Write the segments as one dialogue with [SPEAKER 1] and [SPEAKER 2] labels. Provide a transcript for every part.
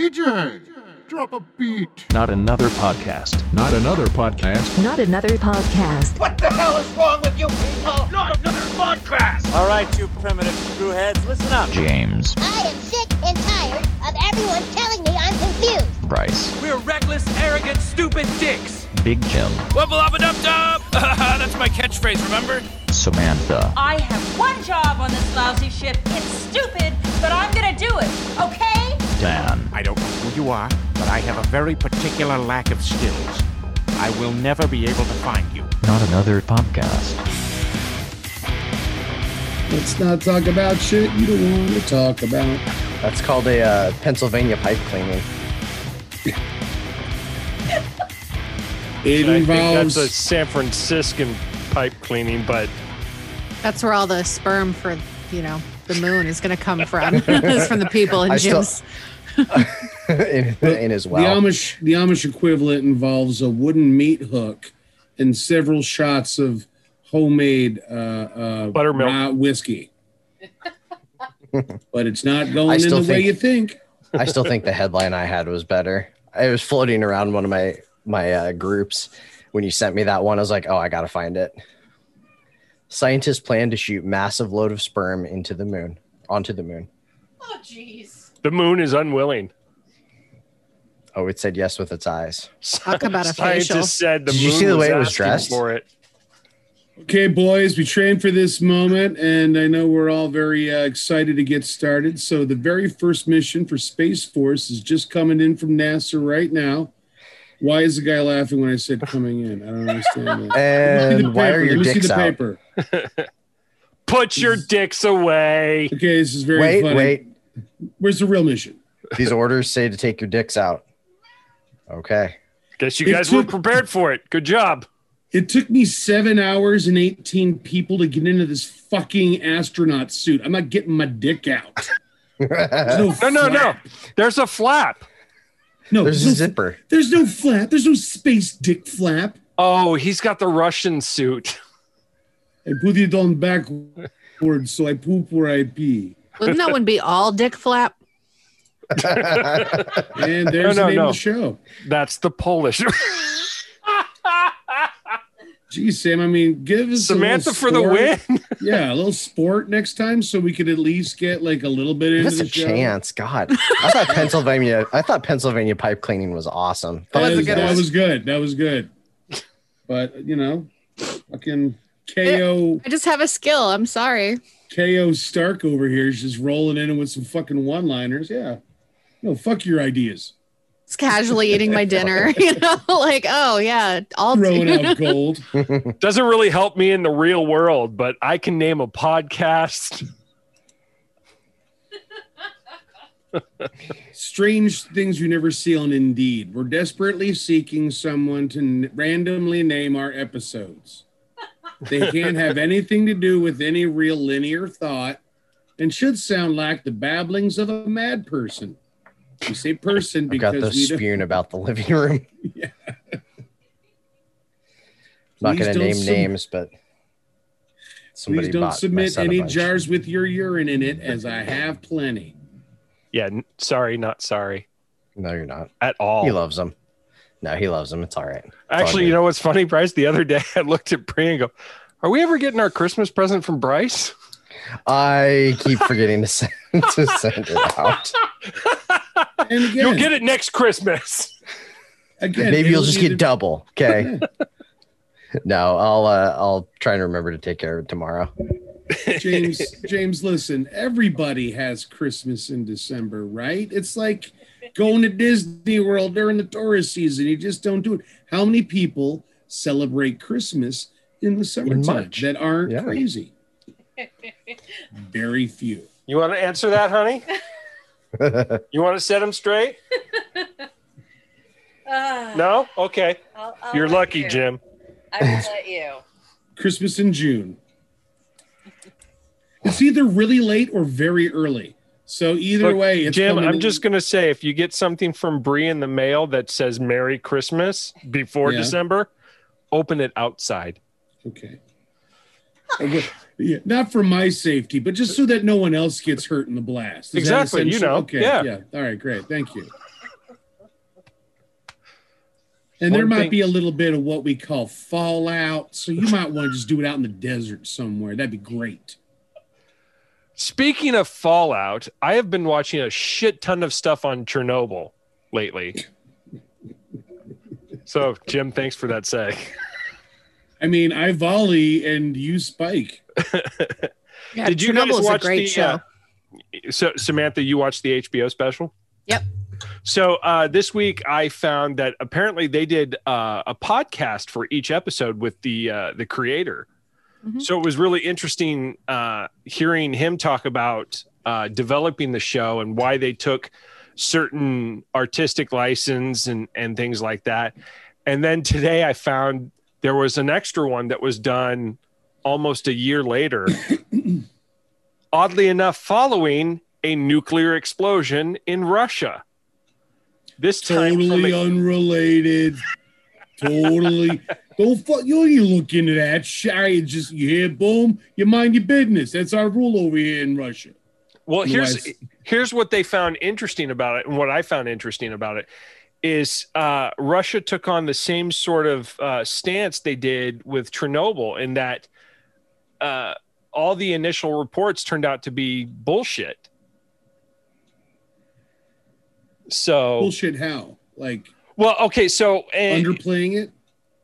[SPEAKER 1] DJ, drop a beat.
[SPEAKER 2] Not another podcast.
[SPEAKER 3] Not another podcast.
[SPEAKER 4] Not another podcast.
[SPEAKER 5] What the hell is wrong with you people? Not another podcast!
[SPEAKER 6] All right, you primitive screwheads, listen up.
[SPEAKER 2] James.
[SPEAKER 7] I am sick and tired of everyone telling me I'm confused.
[SPEAKER 2] Bryce.
[SPEAKER 8] We're reckless, arrogant, stupid dicks.
[SPEAKER 2] Big Jim.
[SPEAKER 9] Wubble up and up dub! That's my catchphrase, remember?
[SPEAKER 2] Samantha.
[SPEAKER 10] I have one job on this lousy ship. It's stupid, but I'm gonna do it, okay?
[SPEAKER 2] Dan.
[SPEAKER 11] I don't know who you are, but I have a very particular lack of skills. I will never be able to find you.
[SPEAKER 2] Not another podcast.
[SPEAKER 12] Let's not talk about shit you don't want to talk about.
[SPEAKER 13] That's called a uh, Pennsylvania pipe cleaning.
[SPEAKER 12] It
[SPEAKER 14] I think
[SPEAKER 12] involves
[SPEAKER 14] that's a San Franciscan pipe cleaning, but
[SPEAKER 15] That's where all the sperm for you know the moon is going to come from. it's from the people in
[SPEAKER 13] I still-
[SPEAKER 15] gyms.
[SPEAKER 13] in, in as well.
[SPEAKER 12] the Amish. The Amish equivalent involves a wooden meat hook and several shots of homemade uh, uh,
[SPEAKER 14] Buttermilk.
[SPEAKER 12] rye whiskey. but it's not
[SPEAKER 13] I
[SPEAKER 12] going in the
[SPEAKER 13] still
[SPEAKER 12] way
[SPEAKER 13] think-
[SPEAKER 12] you think.
[SPEAKER 13] I still think the headline I had was better. I was floating around one of my my uh, groups when you sent me that one. I was like, oh, I gotta find it. Scientists plan to shoot massive load of sperm into the moon, onto the moon.
[SPEAKER 15] Oh jeez.
[SPEAKER 14] the moon is unwilling.
[SPEAKER 13] Oh, it said yes with its eyes.
[SPEAKER 15] Talk about a
[SPEAKER 14] Scientists
[SPEAKER 15] facial.
[SPEAKER 14] said the
[SPEAKER 13] Did you
[SPEAKER 14] moon
[SPEAKER 13] see the way
[SPEAKER 14] was
[SPEAKER 13] it was
[SPEAKER 14] asking
[SPEAKER 13] dressed?
[SPEAKER 14] for it.
[SPEAKER 12] Okay, boys, we trained for this moment, and I know we're all very uh, excited to get started. So, the very first mission for Space Force is just coming in from NASA right now. Why is the guy laughing when I said coming in? I don't understand that. Let me see the
[SPEAKER 13] And why
[SPEAKER 12] paper.
[SPEAKER 13] are your
[SPEAKER 12] Let me see
[SPEAKER 13] dicks
[SPEAKER 12] the
[SPEAKER 13] out?
[SPEAKER 12] paper.
[SPEAKER 14] Put your dicks away.
[SPEAKER 12] Okay, this is very
[SPEAKER 13] Wait,
[SPEAKER 12] funny.
[SPEAKER 13] wait.
[SPEAKER 12] Where's the real mission?
[SPEAKER 13] These orders say to take your dicks out. Okay.
[SPEAKER 14] Guess you
[SPEAKER 12] It
[SPEAKER 14] guys were
[SPEAKER 12] took-
[SPEAKER 14] prepared for it. Good job.
[SPEAKER 12] It took me seven hours and 18 people to get into this fucking astronaut suit. I'm not getting my dick out. There's
[SPEAKER 14] No, no, no.
[SPEAKER 12] flap.
[SPEAKER 14] There's a flap.
[SPEAKER 12] No,
[SPEAKER 13] There's a zipper.
[SPEAKER 12] There's no flap. There's no space dick flap.
[SPEAKER 14] Oh, he's got the Russian suit.
[SPEAKER 12] I put it on backwards, so I poop where I pee.
[SPEAKER 15] Wouldn't that one be all dick flap?
[SPEAKER 12] And there's
[SPEAKER 14] No, no,
[SPEAKER 12] the name
[SPEAKER 14] no.
[SPEAKER 12] of the show.
[SPEAKER 14] That's the Polish.
[SPEAKER 12] Geez, Sam, I mean, give us a
[SPEAKER 14] Samantha
[SPEAKER 12] little
[SPEAKER 14] for the
[SPEAKER 12] sport.
[SPEAKER 14] win.
[SPEAKER 12] Yeah, a little sport next time, so we could at least get like a little bit into
[SPEAKER 13] That's
[SPEAKER 12] the
[SPEAKER 13] a
[SPEAKER 12] show.
[SPEAKER 13] chance. God. I thought Pennsylvania I thought Pennsylvania pipe cleaning was awesome.
[SPEAKER 12] That,
[SPEAKER 13] Thought
[SPEAKER 12] was,
[SPEAKER 13] it was
[SPEAKER 12] that
[SPEAKER 13] the
[SPEAKER 12] was good. That was good. But you know, fucking KO
[SPEAKER 15] I just have a skill. I'm sorry.
[SPEAKER 12] KO Stark over here is just rolling in with some fucking one-liners. Yeah, no, fuck your ideas.
[SPEAKER 15] It's casually eating my dinner. You know, like oh yeah, all
[SPEAKER 12] Throwing
[SPEAKER 15] dick.
[SPEAKER 12] out gold.
[SPEAKER 14] Doesn't really help me in the real world, but I can name a podcast.
[SPEAKER 12] strange things you never see on Indeed. We're desperately seeking someone to n- randomly name our episodes. They can't have anything to do with any real linear thought and should sound like the babblings of a mad person. We say person
[SPEAKER 13] I've got
[SPEAKER 12] because
[SPEAKER 13] those
[SPEAKER 12] we don't,
[SPEAKER 13] spewing about the living room.
[SPEAKER 12] Yeah.
[SPEAKER 13] Not
[SPEAKER 12] Please
[SPEAKER 13] going to
[SPEAKER 12] don't
[SPEAKER 13] name
[SPEAKER 12] sub-
[SPEAKER 13] names, but somebody
[SPEAKER 12] please don't
[SPEAKER 13] bought my
[SPEAKER 12] submit
[SPEAKER 13] son a
[SPEAKER 12] any
[SPEAKER 13] bunch.
[SPEAKER 12] jars with your urine in it, as I have plenty.
[SPEAKER 14] Yeah, n- sorry, not sorry
[SPEAKER 13] No, you're not.
[SPEAKER 14] at all.
[SPEAKER 13] He loves them. No, he loves them. It's all right.
[SPEAKER 14] Actually, you know what's funny, Bryce? The other day I looked at Bree and go, Are we ever getting our Christmas present from Bryce?
[SPEAKER 13] I keep forgetting to send, to send it out.
[SPEAKER 12] And again,
[SPEAKER 14] You'll get it next Christmas.
[SPEAKER 12] again
[SPEAKER 13] Maybe you'll
[SPEAKER 12] it'll
[SPEAKER 13] just
[SPEAKER 12] be
[SPEAKER 13] get eh?
[SPEAKER 12] the-
[SPEAKER 13] double. Okay. No, I'll uh, I'll try and remember to take care of it tomorrow.
[SPEAKER 12] James, James, listen, everybody has Christmas in December, right? It's like going to Disney World during the tourist season. You just don't do it. How many people celebrate Christmas in the summertime
[SPEAKER 13] March.
[SPEAKER 12] that aren't
[SPEAKER 13] Yeah.
[SPEAKER 12] crazy? Very few.
[SPEAKER 14] You want to answer that, honey? You want to set him straight? No? Okay.
[SPEAKER 10] Uh, I'll, I'll
[SPEAKER 14] You're
[SPEAKER 10] let
[SPEAKER 14] lucky,
[SPEAKER 10] Oh, you.
[SPEAKER 14] Jim.
[SPEAKER 10] I will let you.
[SPEAKER 12] Christmas in June. It's either really late or very early. So either
[SPEAKER 14] Look,
[SPEAKER 12] way, it's
[SPEAKER 14] Jim,
[SPEAKER 12] coming
[SPEAKER 14] I'm
[SPEAKER 12] in-
[SPEAKER 14] just going to say if you get something from Bree in the mail that says Merry Christmas before
[SPEAKER 12] Yeah.
[SPEAKER 14] December, open it outside.
[SPEAKER 12] okay. Yeah, not for my safety, but just so that no one else gets hurt in the blast. Is that
[SPEAKER 14] Exactly, you
[SPEAKER 12] essential?
[SPEAKER 14] know,
[SPEAKER 12] Okay.
[SPEAKER 14] yeah.
[SPEAKER 12] All right. Great. Thank you. And
[SPEAKER 14] One
[SPEAKER 12] there might
[SPEAKER 14] thing-
[SPEAKER 12] be a little bit of what we call fallout, so you might want to just do it out in the desert somewhere. That'd be great.
[SPEAKER 14] Speaking of Fallout, I have been watching a shit ton of stuff on Chernobyl lately. so, Jim, thanks for that seg.
[SPEAKER 12] I mean, I volley and you spike.
[SPEAKER 15] Yeah,
[SPEAKER 14] Did you guys
[SPEAKER 15] Chernobyl's
[SPEAKER 14] watch
[SPEAKER 15] a great
[SPEAKER 14] the,
[SPEAKER 15] show.
[SPEAKER 14] uh, So, Samantha, you watched the HBO special?
[SPEAKER 15] Yep.
[SPEAKER 14] So uh, this week I found that apparently they did uh, a podcast for each episode with the uh, the creator.
[SPEAKER 15] Mhm.
[SPEAKER 14] So it was really interesting uh, hearing him talk about uh, developing the show and why they took certain artistic license and and things like that. And then today I found there was an extra one that was done almost a year later. Oddly enough, following a nuclear explosion in Russia. This time from
[SPEAKER 12] Totally
[SPEAKER 14] a-
[SPEAKER 12] unrelated. totally. Don't fuck. You don't need to look into that. Shy. Just you hear boom. You mind your business. That's our rule over here in Russia.
[SPEAKER 14] Well, here's
[SPEAKER 12] Otherwise-
[SPEAKER 14] here's what they found interesting about it, and what I found interesting about it is uh, Russia took on the same sort of uh, stance they did with Chernobyl, in that uh, all the initial reports turned out to be bullshit. So,
[SPEAKER 12] Bullshit. How? Like
[SPEAKER 14] well, okay, so and
[SPEAKER 12] underplaying it?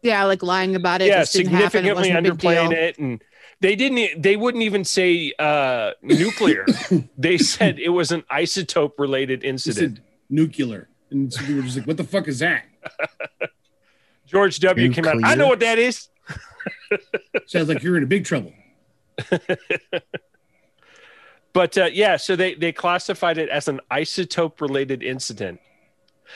[SPEAKER 15] Yeah, like lying about it.
[SPEAKER 14] yeah,
[SPEAKER 15] just didn't happen. It
[SPEAKER 14] significantly
[SPEAKER 15] wasn't a big deal.
[SPEAKER 14] underplaying it, and they didn't. e- They wouldn't even say uh, nuclear. they said it was an isotope related
[SPEAKER 12] They
[SPEAKER 14] incident.
[SPEAKER 12] said nuclear, and so we were just like, "What the fuck is that?"
[SPEAKER 14] George W. came out. I
[SPEAKER 12] Nuclear.
[SPEAKER 14] know what that is.
[SPEAKER 12] Sounds like you're in a big trouble.
[SPEAKER 14] But uh, yeah, so they they classified it as an isotope related incident.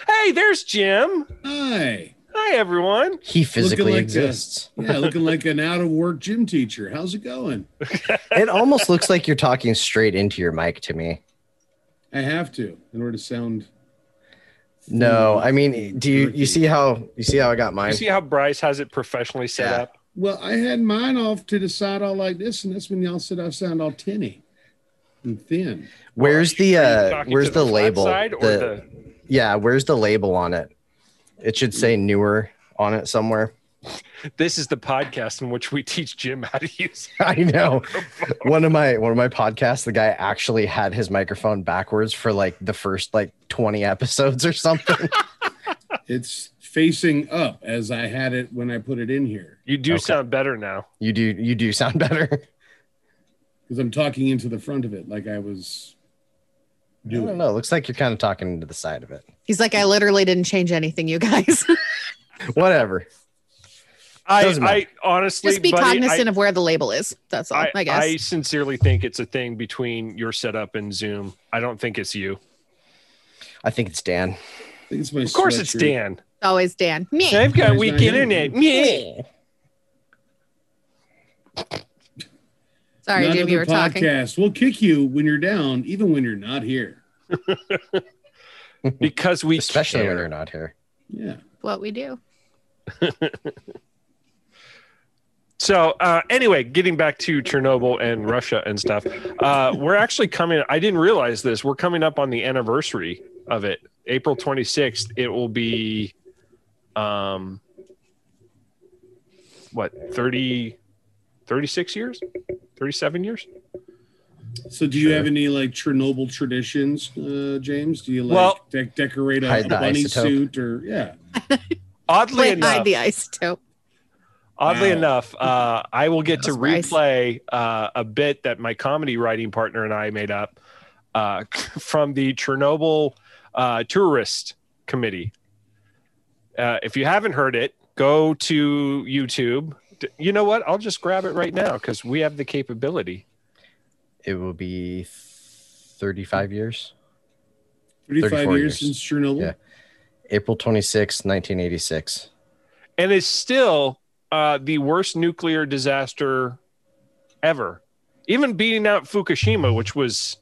[SPEAKER 14] Hey, there's Jim.
[SPEAKER 12] Hi.
[SPEAKER 14] Hi, everyone.
[SPEAKER 13] He physically
[SPEAKER 12] like a-
[SPEAKER 13] exists.
[SPEAKER 12] Yeah, looking like an out of work gym teacher. How's it going?
[SPEAKER 13] it almost looks like you're talking straight into your mic to me.
[SPEAKER 12] I have to in order to sound.
[SPEAKER 13] No, I mean, do you you see how you see how I got
[SPEAKER 14] Hmm. You
[SPEAKER 13] mine?
[SPEAKER 14] see how Bryce has it professionally set
[SPEAKER 13] Yeah.
[SPEAKER 14] up?
[SPEAKER 12] Well, I had mine off to the side all like this, and that's when y'all said I sound all tinny and thin.
[SPEAKER 13] Where's the
[SPEAKER 14] you
[SPEAKER 13] uh
[SPEAKER 14] talking
[SPEAKER 13] where's
[SPEAKER 14] to the
[SPEAKER 13] the
[SPEAKER 14] flat
[SPEAKER 13] label?
[SPEAKER 14] side or
[SPEAKER 13] The- yeah, where's the label on it? It should say newer on it somewhere.
[SPEAKER 14] This is the podcast in which we teach Jim how to use.
[SPEAKER 13] I know. One of my one of my podcasts, the guy actually had his microphone backwards for like the first like 20 episodes or something.
[SPEAKER 12] It's facing up as I had it when I put it in here
[SPEAKER 14] You do
[SPEAKER 13] Okay.
[SPEAKER 14] sound better now.
[SPEAKER 13] you do you do sound better.
[SPEAKER 12] because I'm talking into the front of it like I was
[SPEAKER 13] I don't
[SPEAKER 12] doing.
[SPEAKER 13] know. Looks like you're kind of talking to the side of it.
[SPEAKER 15] He's like, I literally didn't change anything, you guys.
[SPEAKER 13] Whatever.
[SPEAKER 14] I,
[SPEAKER 13] Doesn't matter.
[SPEAKER 14] I honestly
[SPEAKER 15] Just be
[SPEAKER 14] buddy, I-
[SPEAKER 15] cognizant of where the label is. That's all, I,
[SPEAKER 14] I,
[SPEAKER 15] guess.
[SPEAKER 14] I sincerely think it's a thing between your setup and Zoom. I don't think it's you.
[SPEAKER 13] I think it's Dan.
[SPEAKER 12] I think it's my
[SPEAKER 14] Of course, it's Dan.
[SPEAKER 15] It's always Dan. Me.
[SPEAKER 14] They've got
[SPEAKER 12] Where's
[SPEAKER 14] weak
[SPEAKER 12] my Dan?
[SPEAKER 14] internet. Yeah.
[SPEAKER 15] Sorry, Jim,
[SPEAKER 12] None
[SPEAKER 15] you
[SPEAKER 12] other
[SPEAKER 15] were talking.
[SPEAKER 12] podcast will kick you when you're down, even when you're not here.
[SPEAKER 14] Because we
[SPEAKER 13] Especially
[SPEAKER 14] care.
[SPEAKER 13] when you're not here.
[SPEAKER 12] Yeah.
[SPEAKER 15] What we do.
[SPEAKER 14] So uh, anyway, getting back to Chernobyl and Russia and stuff, uh, we're actually coming. I didn't realize this. We're coming up on the anniversary of it. April 26th. It will be, um, what 30, 36 years, 37 years.
[SPEAKER 12] So, do you have any like Chernobyl traditions, uh, James? Do you like
[SPEAKER 14] Well-
[SPEAKER 12] de- decorate a,
[SPEAKER 13] Hide
[SPEAKER 12] a
[SPEAKER 13] the
[SPEAKER 12] bunny
[SPEAKER 13] isotope.
[SPEAKER 12] suit or yeah?
[SPEAKER 14] Oddly
[SPEAKER 15] Wait,
[SPEAKER 14] enough,
[SPEAKER 15] hide the isotope.
[SPEAKER 14] Oddly
[SPEAKER 12] Wow.
[SPEAKER 14] enough, uh, I will get to
[SPEAKER 15] That was nice.
[SPEAKER 14] replay uh, a bit that my comedy writing partner and I made up uh, from the Chernobyl uh, Tourist Committee. Uh, if you haven't heard it, go to YouTube. D- You know what? I'll just grab it right now because we have the capability.
[SPEAKER 13] It will be 35 years.
[SPEAKER 12] 35
[SPEAKER 13] 34
[SPEAKER 12] years,
[SPEAKER 13] years.
[SPEAKER 12] since Chernobyl.
[SPEAKER 13] Yeah. April 26, 1986.
[SPEAKER 14] And it's still uh, the worst nuclear disaster ever, even beating out Fukushima, which was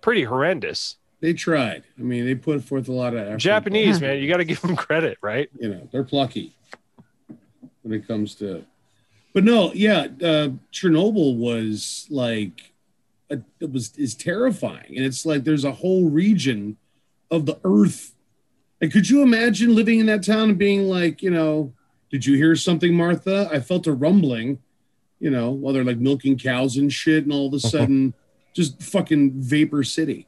[SPEAKER 14] pretty horrendous.
[SPEAKER 12] They tried. I mean, they put forth a lot of effort.
[SPEAKER 14] Japanese man, you got to give them credit, right?
[SPEAKER 12] You know, they're plucky when it comes to. But no, yeah, uh, Chernobyl was like a, it was is terrifying, and it's like there's a whole region of the earth. Like, could you imagine living in that town and being like, you know, did you hear something, Martha? I felt a rumbling, you know, while they're like milking cows and shit, and all of a sudden, just fucking vapor city.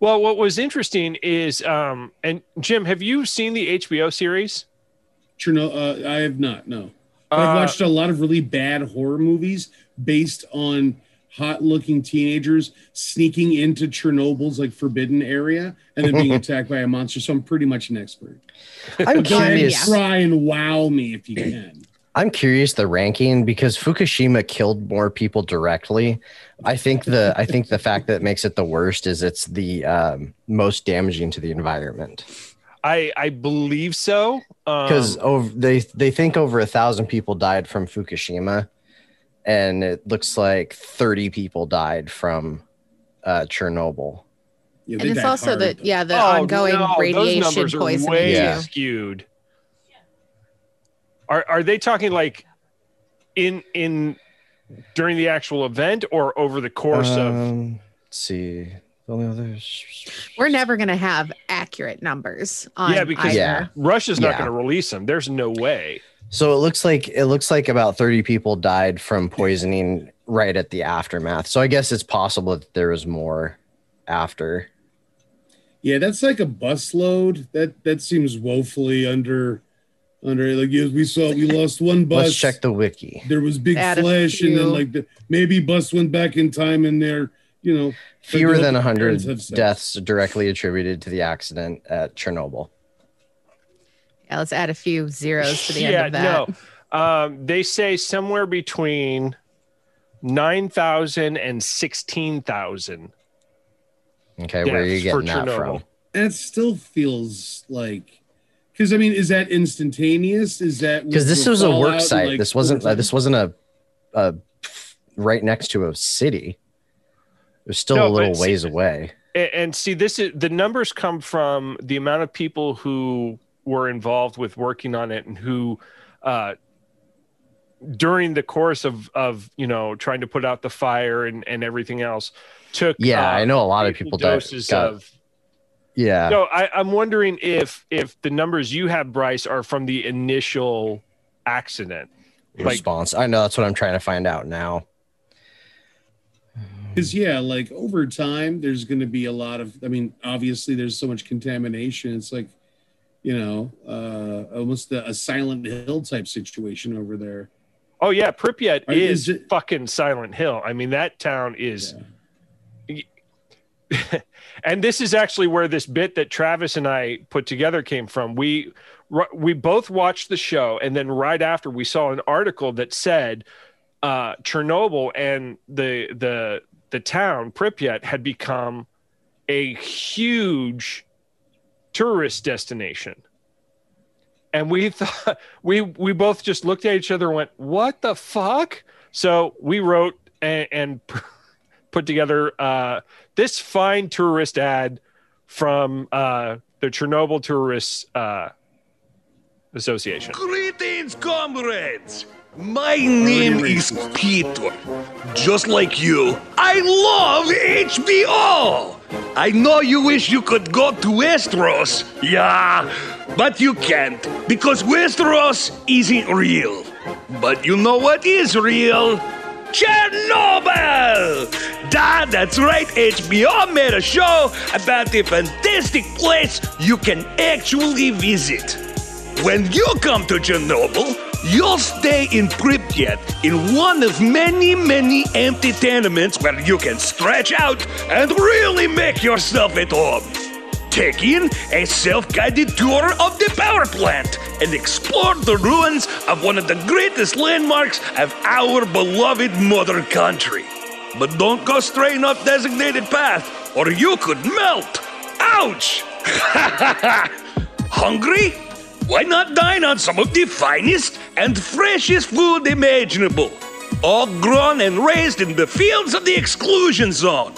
[SPEAKER 14] Well, what was interesting is, um, and Jim, have you seen the HBO series?
[SPEAKER 12] Chernobyl. Uh, I have not. No, But I've
[SPEAKER 14] Uh,
[SPEAKER 12] watched a lot of really bad horror movies based on hot-looking teenagers sneaking into Chernobyl's like forbidden area and then being attacked by a monster. So I'm pretty much an expert.
[SPEAKER 13] I'm
[SPEAKER 12] But go ahead and
[SPEAKER 13] curious.
[SPEAKER 12] Try and wow me if you can.
[SPEAKER 13] I'm curious the ranking because Fukushima killed more people directly. I think the I think the fact that makes it the worst is it's the um, most damaging to the environment
[SPEAKER 14] I I believe so.
[SPEAKER 13] because
[SPEAKER 14] Um,
[SPEAKER 13] over they they think over a thousand people died from Fukushima, and it looks like thirty people died from uh, Chernobyl.
[SPEAKER 12] Yeah,
[SPEAKER 15] And it's also the yeah the
[SPEAKER 14] Oh,
[SPEAKER 15] ongoing
[SPEAKER 14] no, those
[SPEAKER 15] radiation
[SPEAKER 14] numbers are
[SPEAKER 15] poisoning
[SPEAKER 14] way
[SPEAKER 13] Yeah.
[SPEAKER 14] skewed. Are are they talking like in in during the actual event or over the course of?
[SPEAKER 13] Um, let's see. The only others.
[SPEAKER 15] too. We're never gonna have accurate numbers on
[SPEAKER 14] Yeah, because
[SPEAKER 13] Yeah.
[SPEAKER 14] Russia's not
[SPEAKER 13] Yeah.
[SPEAKER 14] going to release them. There's no way.
[SPEAKER 13] So it looks like it looks like about 30 people died from poisoning right at the aftermath. So I guess it's possible that there was more after.
[SPEAKER 12] Yeah, that's like a busload. That that seems woefully under under like yes, we saw we lost one bus.
[SPEAKER 13] Let's check the wiki.
[SPEAKER 12] there was big
[SPEAKER 15] Add a
[SPEAKER 12] flash and then
[SPEAKER 15] few.
[SPEAKER 12] like the, maybe bus went back in time and they're you know
[SPEAKER 13] Fewer
[SPEAKER 12] like,
[SPEAKER 13] than
[SPEAKER 12] what parents
[SPEAKER 13] 100
[SPEAKER 12] have said.
[SPEAKER 13] deaths directly attributed to the accident at Chernobyl.
[SPEAKER 15] yeah, let's add a few zeros to the end
[SPEAKER 14] yeah,
[SPEAKER 15] of that.
[SPEAKER 14] no. Um, they say somewhere between 9,000 and 16,000.
[SPEAKER 13] Okay, where are you
[SPEAKER 14] deaths for
[SPEAKER 13] getting that from?
[SPEAKER 14] Chernobyl.
[SPEAKER 12] that still feels like because I mean is that instantaneous is that
[SPEAKER 13] Because this
[SPEAKER 12] with
[SPEAKER 13] was a
[SPEAKER 12] fallout
[SPEAKER 13] work
[SPEAKER 12] and,
[SPEAKER 13] site.
[SPEAKER 12] like,
[SPEAKER 13] this wasn't
[SPEAKER 12] overtime?
[SPEAKER 13] this wasn't a, a right next to a city. It was still
[SPEAKER 14] No,
[SPEAKER 13] a little
[SPEAKER 14] but
[SPEAKER 13] ways
[SPEAKER 14] see- uh,
[SPEAKER 13] away.
[SPEAKER 14] And, and see, this is the numbers come from the amount of people who were involved with working on it and who, uh, during the course of of you know trying to put out the fire and and everything else, took
[SPEAKER 13] Yeah,
[SPEAKER 14] uh,
[SPEAKER 13] I know a lot of
[SPEAKER 14] lethal
[SPEAKER 13] people died-
[SPEAKER 14] doses
[SPEAKER 13] got-
[SPEAKER 14] of
[SPEAKER 13] Yeah.
[SPEAKER 14] No, I, I'm wondering if if the numbers you have, Bryce, are from the initial accident. Like-
[SPEAKER 13] response. I know that's what I'm trying to find out now.
[SPEAKER 12] Because yeah, like over time, there's going to be a lot of. I mean, obviously, there's so much contamination. It's like, you know, uh, almost a, a Silent Hill type situation over there.
[SPEAKER 14] Oh yeah, Pripyat
[SPEAKER 12] Are-
[SPEAKER 14] is,
[SPEAKER 12] is it-
[SPEAKER 14] fucking Silent Hill. I mean, that town is. and this is actually where this bit that Travis and I put together came from. We r- we both watched the show, and then right after we saw an article that said uh, Chernobyl and the the the town Pripyat had become a huge tourist destination. And we thought we we both just looked at each other and went, "What the fuck?" So we wrote and, and put together uh, this fine tourist ad from uh, the Chernobyl Tourists uh, Association.
[SPEAKER 5] Greetings, comrades! My name is Peter. Just like you, I love HBO! I know you wish you could go to Westeros, yeah, but you can't because Westeros isn't real. But you know what is real? Chernobyl! Da, that's right, HBO made a show about the fantastic place you can actually visit. When you come to Chernobyl, you'll stay in Pripyat in one of many, many empty tenements where you can stretch out and really make yourself at home. Take in a self guided tour of the power plant and explore the ruins of one of the greatest landmarks of our beloved mother country. But don't go straight off designated path, or you could melt. Ouch! Hungry? Why not dine on some of the finest and freshest food imaginable? All grown and raised in the fields of the exclusion zone.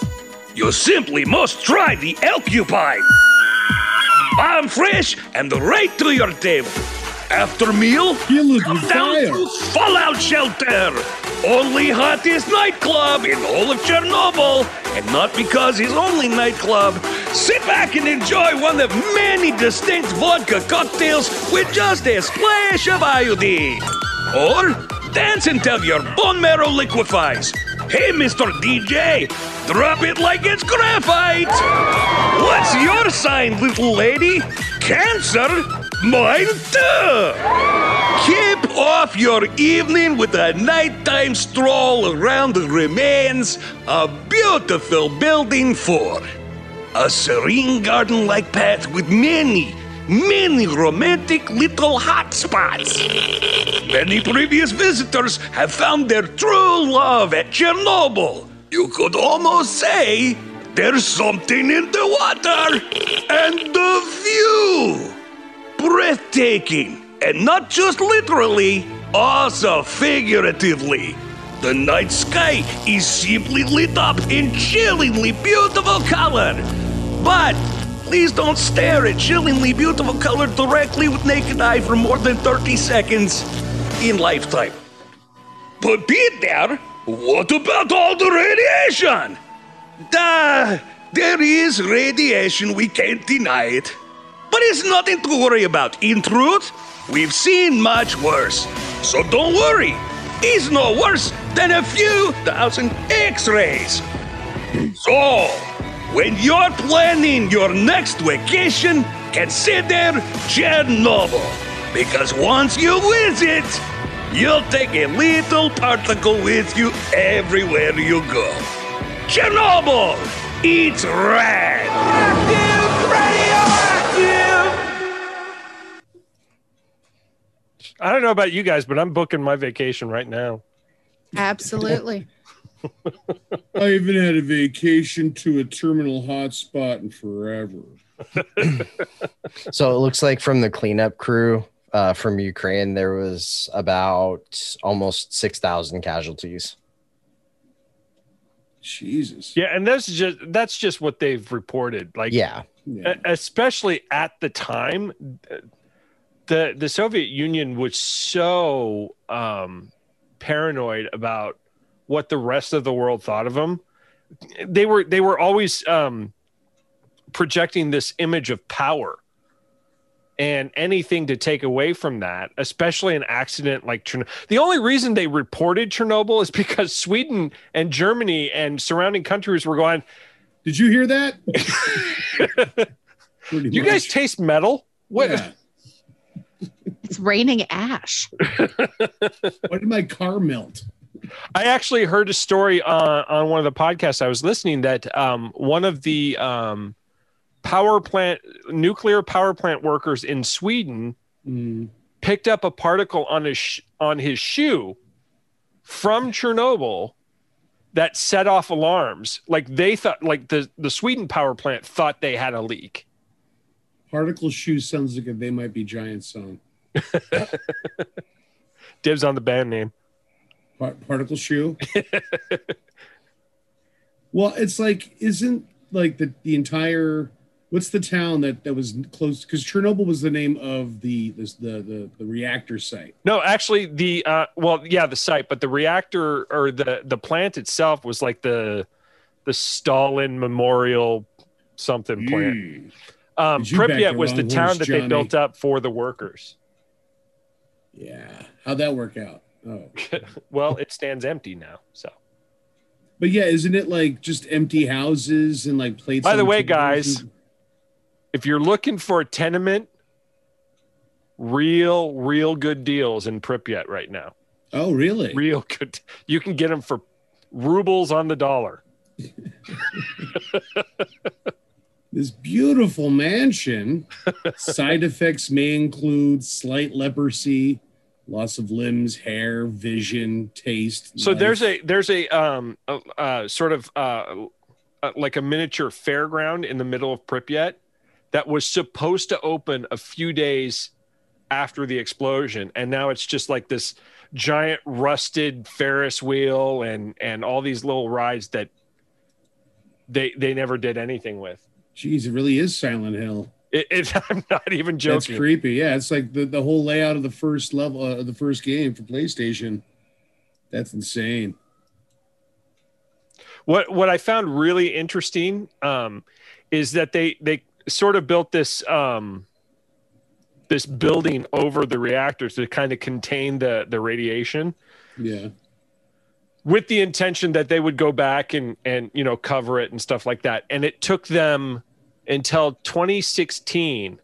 [SPEAKER 5] You simply must try the Elcupine. Bomb fresh and right to your table.
[SPEAKER 13] After meal,
[SPEAKER 12] you look
[SPEAKER 13] down to Fallout Shelter, only hottest nightclub in all of Chernobyl, and not because it's only nightclub. Sit back and enjoy one of many distinct vodka cocktails with just a splash of iodine, or dance until your bone marrow liquefies. Hey, Mr. DJ, drop it like it's graphite. What's your sign, little lady? Cancer. Mine too! Keep off your evening with a nighttime stroll around the remains of beautiful Building 4. A serene garden like path with many, many romantic little hot spots. Many previous visitors have found their true love at Chernobyl. You could almost say there's something in the water and the view breathtaking, and not just literally, also figuratively. The night sky is simply lit up in chillingly beautiful color. But please don't stare at chillingly beautiful color directly with naked eye for more than 30 seconds in lifetime. But Peter, what about all the radiation? Duh, there is radiation, we can't deny it. But it's nothing to worry about. In truth, we've seen much worse. So don't worry. It's no worse than a few thousand x rays. So, when you're planning your next vacation, consider Chernobyl. Because once you visit, you'll take a little particle with you everywhere you go. Chernobyl! It's rad!
[SPEAKER 14] I don't know about you guys, but I'm booking my vacation right now.
[SPEAKER 15] Absolutely.
[SPEAKER 12] I haven't had a vacation to a terminal hotspot in forever.
[SPEAKER 16] So it looks like from the cleanup crew uh, from Ukraine, there was about almost 6,000 casualties.
[SPEAKER 12] Jesus.
[SPEAKER 14] Yeah, and that's just that's just what they've reported. Like,
[SPEAKER 16] yeah,
[SPEAKER 14] e- especially at the time, the the Soviet Union was so um, paranoid about what the rest of the world thought of them. They were they were always um, projecting this image of power, and anything to take away from that, especially an accident like Chernobyl. The only reason they reported Chernobyl is because Sweden and Germany and surrounding countries were going.
[SPEAKER 12] Did you hear that?
[SPEAKER 14] you guys taste metal? What?
[SPEAKER 12] Yeah.
[SPEAKER 15] It's raining ash.
[SPEAKER 12] Why did my car melt?
[SPEAKER 14] I actually heard a story on, on one of the podcasts I was listening that um, one of the um, power plant, nuclear power plant workers in Sweden Hmm. picked up a particle on his sh- on his shoe from Chernobyl that set off alarms. Like they thought, like the the Sweden power plant thought they had a leak.
[SPEAKER 12] Particle shoes sounds like a they might be giant song.
[SPEAKER 14] Dibs on the band name.
[SPEAKER 12] Par- particle shoe. well, it's like isn't like the the entire what's the town that that was close because Chernobyl was the name of the this, the the the reactor site.
[SPEAKER 14] No, actually, the uh, well, yeah, the site, but the reactor or the the plant itself was like the the Stalin Memorial something plant. Um,
[SPEAKER 12] Did you back
[SPEAKER 14] Pripyat
[SPEAKER 12] the
[SPEAKER 14] was the
[SPEAKER 12] wrong
[SPEAKER 14] town
[SPEAKER 12] horse,
[SPEAKER 14] that they
[SPEAKER 12] Johnny.
[SPEAKER 14] built up for the workers.
[SPEAKER 12] Yeah, how'd that work out? Oh,
[SPEAKER 14] well, it stands empty now. So,
[SPEAKER 12] but yeah, isn't it like just empty houses and like plates?
[SPEAKER 14] by the
[SPEAKER 12] on
[SPEAKER 14] way,
[SPEAKER 12] tables
[SPEAKER 14] guys,
[SPEAKER 12] and-
[SPEAKER 14] if you're looking for a tenement, real, real good deals in Pripyat right now.
[SPEAKER 12] Oh, really?
[SPEAKER 14] Real good. You can get them for rubles on the dollar.
[SPEAKER 12] This beautiful mansion. Side effects may include slight leprosy, loss of limbs, hair, vision, taste.
[SPEAKER 14] So
[SPEAKER 12] life.
[SPEAKER 14] there's a there's a um a, uh, sort of uh, uh like a miniature fairground in the middle of Pripyat that was supposed to open a few days after the explosion and now it's just like this giant rusted Ferris wheel and and all these little rides that they they never did anything with.
[SPEAKER 12] Jeez, it really is Silent Hill.
[SPEAKER 14] It, it, I'm not even joking.
[SPEAKER 12] That's creepy. Yeah, it's like the, the whole layout of the first level uh, of the first game for PlayStation. That's insane.
[SPEAKER 14] What what I found really interesting um, is that they they sort of built this um, this building over the reactors to kind of contain the the radiation
[SPEAKER 12] Yeah.
[SPEAKER 14] with the intention that they would go back and and you know cover it and stuff like that and it took them until 2016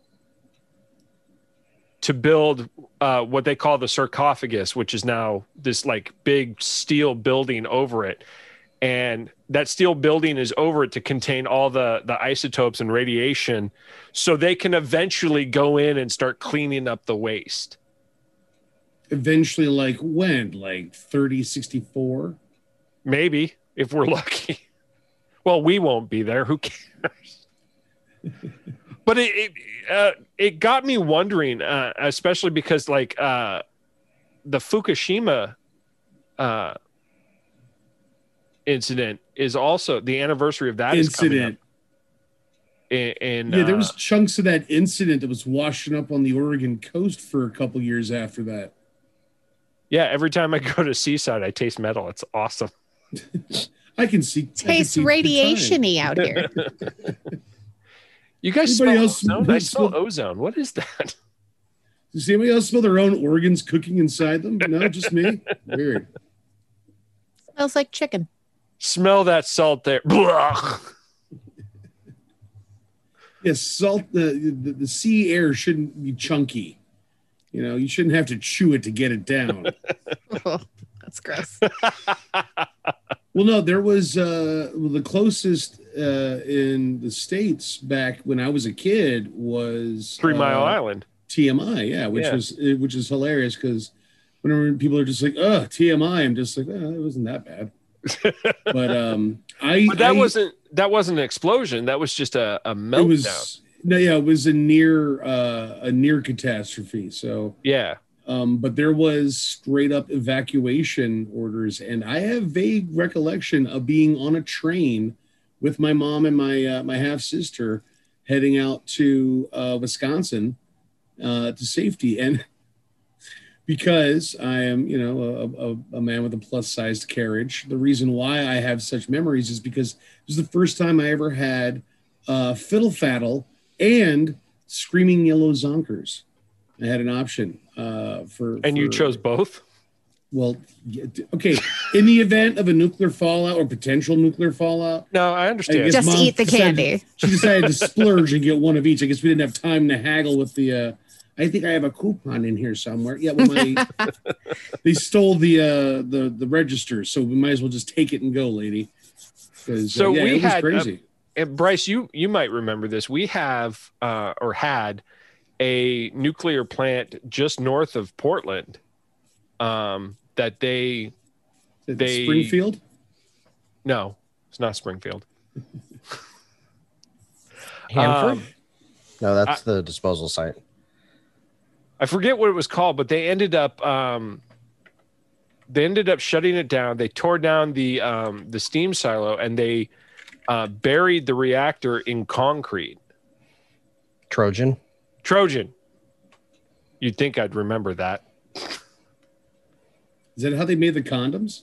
[SPEAKER 14] to build uh, what they call the sarcophagus which is now this like big steel building over it and that steel building is over it to contain all the the isotopes and radiation so they can eventually go in and start cleaning up the waste
[SPEAKER 12] Eventually, like when? Like 30, 64?
[SPEAKER 14] Maybe if we're lucky. Well, we won't be there. Who cares? but it it, uh, it got me wondering, uh, especially because like uh, the Fukushima uh, incident is also the anniversary of that is coming up
[SPEAKER 12] Incident.
[SPEAKER 14] in, in
[SPEAKER 12] yeah, there
[SPEAKER 14] uh,
[SPEAKER 12] was chunks of that incident that was washing up on the Oregon coast for a couple years after that.
[SPEAKER 14] yeah. Every time I go to seaside, I taste metal. It's awesome.
[SPEAKER 12] I can see I can
[SPEAKER 15] Tastes
[SPEAKER 12] see the
[SPEAKER 15] radiation y
[SPEAKER 12] time.
[SPEAKER 15] out here.
[SPEAKER 14] You guys smell
[SPEAKER 12] Anybody else-
[SPEAKER 14] ozone? I
[SPEAKER 12] who
[SPEAKER 14] smell
[SPEAKER 12] smell-
[SPEAKER 14] ozone. What is that?
[SPEAKER 12] Does anybody else smell their own organs cooking inside them? No, just me. Weird.
[SPEAKER 15] Smells like chicken.
[SPEAKER 14] Smell that salt there. Blah.
[SPEAKER 12] Yes, salt. The, the the sea air shouldn't be chunky. You know, you shouldn't have to chew it to get it down.
[SPEAKER 15] Oh, that's gross.
[SPEAKER 12] Well, no, there was uh, well, the closest uh, in the states back when I was a kid was
[SPEAKER 14] Three Mile
[SPEAKER 12] uh,
[SPEAKER 14] Island.
[SPEAKER 12] TMI, yeah, which
[SPEAKER 14] Yeah.
[SPEAKER 12] was eh, which is hilarious because whenever people are just like, "Oh, TMI," I'm just like, "Oh, it wasn't that bad." but um, I
[SPEAKER 14] But that
[SPEAKER 12] I-
[SPEAKER 14] wasn't that wasn't an explosion. That was just a, a
[SPEAKER 12] it
[SPEAKER 14] meltdown.
[SPEAKER 12] was no, yeah, it was a near uh, a near catastrophe. So
[SPEAKER 14] yeah.
[SPEAKER 12] um, but there was straight up evacuation orders and i have vague recollection of being on a train with my mom and my uh, my half sister heading out to uh, wisconsin uh, to safety and because i am you know a, a, a man with a plus sized carriage the reason why i have such memories is because it was the first time i ever had uh, fiddle faddle and screaming yellow zonkers I had an option uh, for.
[SPEAKER 14] And you
[SPEAKER 12] for-
[SPEAKER 14] chose both?
[SPEAKER 12] Well, yeah, d- okay. In the event of a nuclear fallout or potential nuclear fallout,
[SPEAKER 14] No, I
[SPEAKER 12] I
[SPEAKER 14] understand.
[SPEAKER 12] guess
[SPEAKER 15] Just
[SPEAKER 12] Mom
[SPEAKER 15] eat the
[SPEAKER 12] decided-
[SPEAKER 15] candy.
[SPEAKER 12] she decided to splurge and get one of each. I guess we didn't have time to haggle with the. Uh, I think I have a coupon in here somewhere. Yeah, well, my, they stole the uh, the the register, so we might as well just take it and go, lady. 'Cause, uh,
[SPEAKER 14] So
[SPEAKER 12] yeah,
[SPEAKER 14] we
[SPEAKER 12] it was
[SPEAKER 14] had, uh,
[SPEAKER 12] crazy.
[SPEAKER 14] and Bryce, you you might remember this. We have uh, or had a nuclear plant just north of Portland um, that they they-
[SPEAKER 12] Springfield.
[SPEAKER 14] no, it's not Springfield.
[SPEAKER 13] Hanford?
[SPEAKER 14] Um,
[SPEAKER 13] no, that's the disposal site.
[SPEAKER 14] I forget what it was called, but they ended up um, they ended up shutting it down. They tore down the um, the steam silo and they uh, buried the reactor in concrete.
[SPEAKER 13] Trojan.
[SPEAKER 14] Trojan. You'd think I'd remember that.
[SPEAKER 12] Is that how they made the condoms?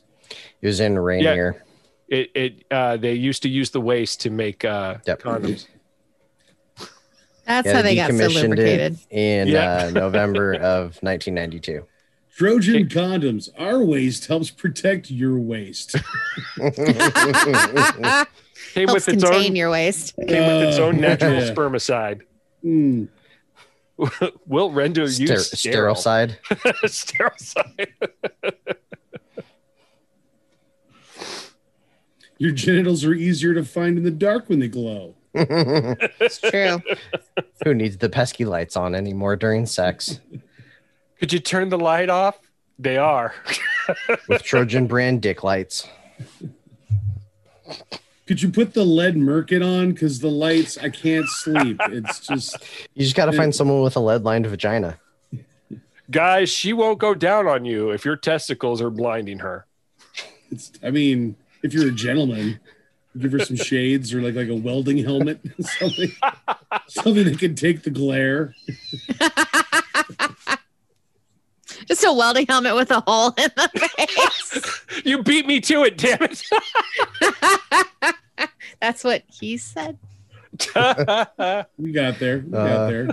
[SPEAKER 13] It was in Rainier.
[SPEAKER 14] It it uh, they used to use the waste to make uh,
[SPEAKER 13] Yep.
[SPEAKER 14] condoms.
[SPEAKER 15] That's how they got so
[SPEAKER 13] decommissioned
[SPEAKER 15] lubricated.
[SPEAKER 13] It in
[SPEAKER 14] Yeah.
[SPEAKER 13] uh, November of 1992.
[SPEAKER 12] Trojan condoms. Our waste helps protect your waste.
[SPEAKER 14] Came
[SPEAKER 15] Helps
[SPEAKER 14] with its
[SPEAKER 15] contain
[SPEAKER 14] own
[SPEAKER 15] your waste.
[SPEAKER 14] came with its own
[SPEAKER 12] Uh,
[SPEAKER 14] natural
[SPEAKER 12] yeah.
[SPEAKER 14] spermicide.
[SPEAKER 12] Mm.
[SPEAKER 14] Will render you
[SPEAKER 13] Ster- sterile
[SPEAKER 14] sterile.
[SPEAKER 13] side.
[SPEAKER 14] sterile side.
[SPEAKER 12] Your genitals are easier to find in the dark when they glow.
[SPEAKER 13] Who
[SPEAKER 15] It's true.
[SPEAKER 13] needs the pesky lights on anymore during sex
[SPEAKER 14] Could you turn the light off? They are.
[SPEAKER 13] with Trojan brand dick lights?
[SPEAKER 12] Could you put the lead merkin on? Because the lights, I can't sleep. It's just
[SPEAKER 13] You just got to find someone with a lead lined vagina.
[SPEAKER 14] Guys, she won't go down on you if your testicles are blinding her.
[SPEAKER 12] it's. I mean, if you're a gentleman, Give her some shades or like like a welding helmet, something, something that can take the glare.
[SPEAKER 15] Just a welding helmet with a hole in the face.
[SPEAKER 14] you beat me to it, damn it.
[SPEAKER 15] That's what he said.
[SPEAKER 12] we got there. We
[SPEAKER 14] Uh,
[SPEAKER 12] got there.